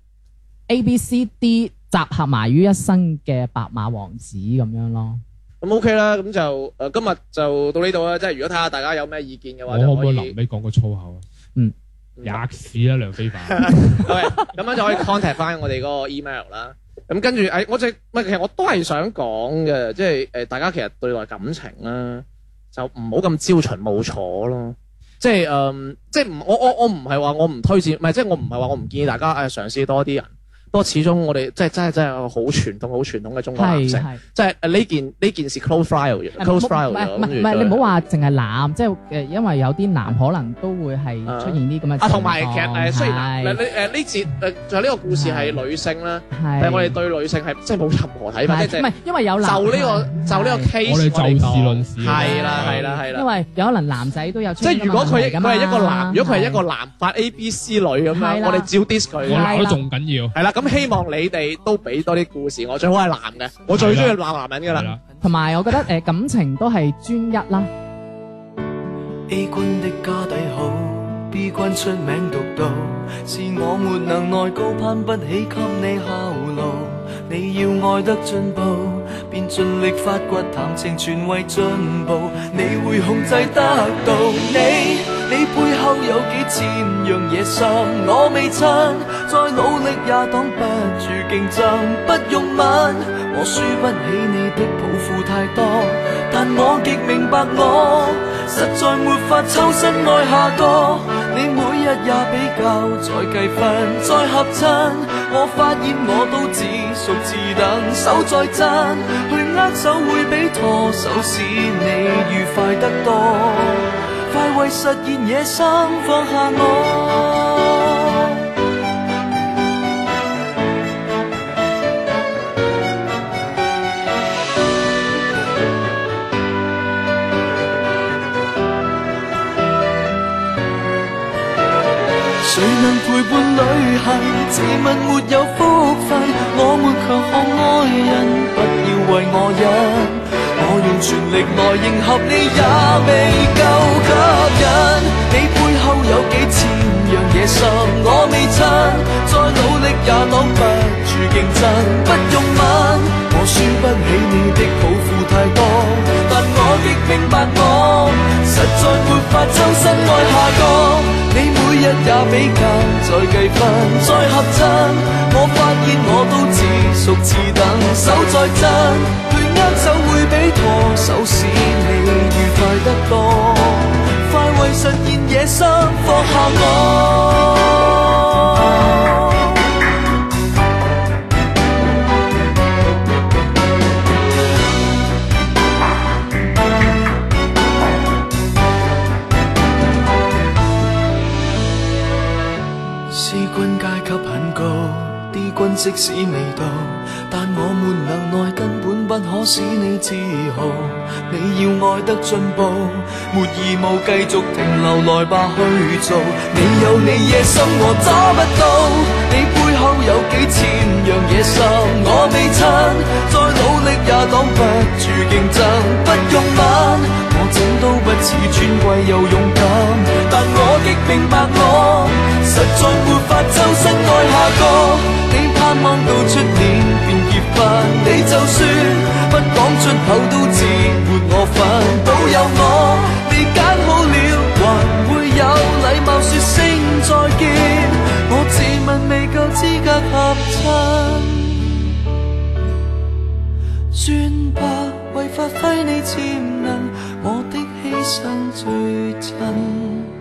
S2: A、B、C、D 集合埋於一身嘅白馬王子咁樣咯。
S3: 咁 OK 啦，咁就誒今日就到呢度啦。即係如果睇下大家有咩意見嘅
S4: 我
S3: 話，
S4: 可
S3: 就
S4: 唔可
S3: 可
S4: 以
S3: 以
S4: 臨。尾講個粗口啊？
S3: 嗯
S4: 吔屎啦，梁非 凡！
S3: 啊喂，咁樣就可以 contact 翻我哋嗰個 email 啦。咁跟住，誒、哎我就唔係，其實我都係想講嘅，即係誒、呃大家其實對待感情啦，就唔好咁朝秦暮楚咯。即係誒、嗯即係唔，我我我唔係話我唔推薦，唔係即係我唔係話我唔建議大家誒、哎嘗試多啲人。不過始終我哋即係真係真係好傳統、好傳統嘅中國男
S2: 係
S3: 性，
S2: 係，
S3: 即係誒呃呢件呢件事 close file 咗
S2: 誒唔
S3: close
S2: 好
S3: file
S2: 唔係
S3: 咗
S2: 唔係唔
S3: 跟住
S2: 係，
S3: 就
S2: 你唔好話淨係男，即係誒，因為有啲男可能都會係
S3: 啊
S2: 出現啲咁嘅
S3: 啊，同埋其
S2: 情況
S3: 實誒雖然嗱
S2: 哦係
S3: 誒呢誒呢節誒仲有呢個故事係女性啦。
S2: 係
S3: 但係我哋對女性係即係冇任何睇法，
S2: 係
S3: 即
S2: 唔
S3: 係
S2: 係因為有男
S3: 就呢個就呢個 case，
S4: 我哋就事論事啊
S3: 係啦係啦係
S2: 因
S3: 啦。
S2: 為有可能男仔都有出
S3: 即
S2: 現
S3: 係如果佢
S2: 咁嘅問題㗎
S3: 佢
S2: 嘛
S3: 係一個男，如果佢係一個男發 A B C 女咁
S2: 係
S3: 樣，
S2: 啦
S3: 我哋照 dis
S4: 我
S3: 佢
S2: 係啦
S3: 嘅。
S4: 鬧得仲緊要。
S3: 係啦，咁希望你哋都俾多啲故事我，最好係男嘅，我最中意鬧男人㗎
S4: 係
S3: 啦。
S4: 啦，
S2: 同埋我覺得誒、感情都係專一啦。
S5: A 君的家底好，B 君出名獨到，是我沒能耐高攀不起給你效勞。你要愛得進步，便盡力發掘談情全為進步，你會控制得到你。你背後有幾千樣嘢想，我未親，再努力也擋不住競爭，不用問，我輸不起你的抱負太多，但我極明白我。實在沒法抽身愛下個。你每日也比較，再計分，再合襯，我發現我都只屬自等，手再真，去握手會比拖手使你愉快得多，快為實現野心放下我。谁能陪伴女孩？自問沒有福分，我沒強項愛人，不要為我忍。我用全力來迎合你，也未夠吸引。你背後有幾千樣野心，我未親，再努力也擋不住競爭。不用問，我輸不起你的抱負太多，但我亦明白我實在沒法周身愛下個。你每日也比較，再計分，再合襯，我發現我都只屬次等，手再真，去握手會比拖手使你愉快得多，快為實現野心放下我。C 君階級很高，D 君即使未到，但我沒能耐根本不可使你自豪。你要愛得進步，沒義務繼續停留，來吧去做。你有你野心，我抓不到。你背後有幾千樣野心，我未親，再努力也擋不住競爭。不用不似尊貴又勇敢，但我亦明白我實在沒法周身愛下個。你盼望到出年便結婚，你就算不講出口都自沒我份，保有我，你揀好了，還會有禮貌說聲再見。我自問未夠資格合襯。算吧，為發揮你潛能，我的犧牲最真。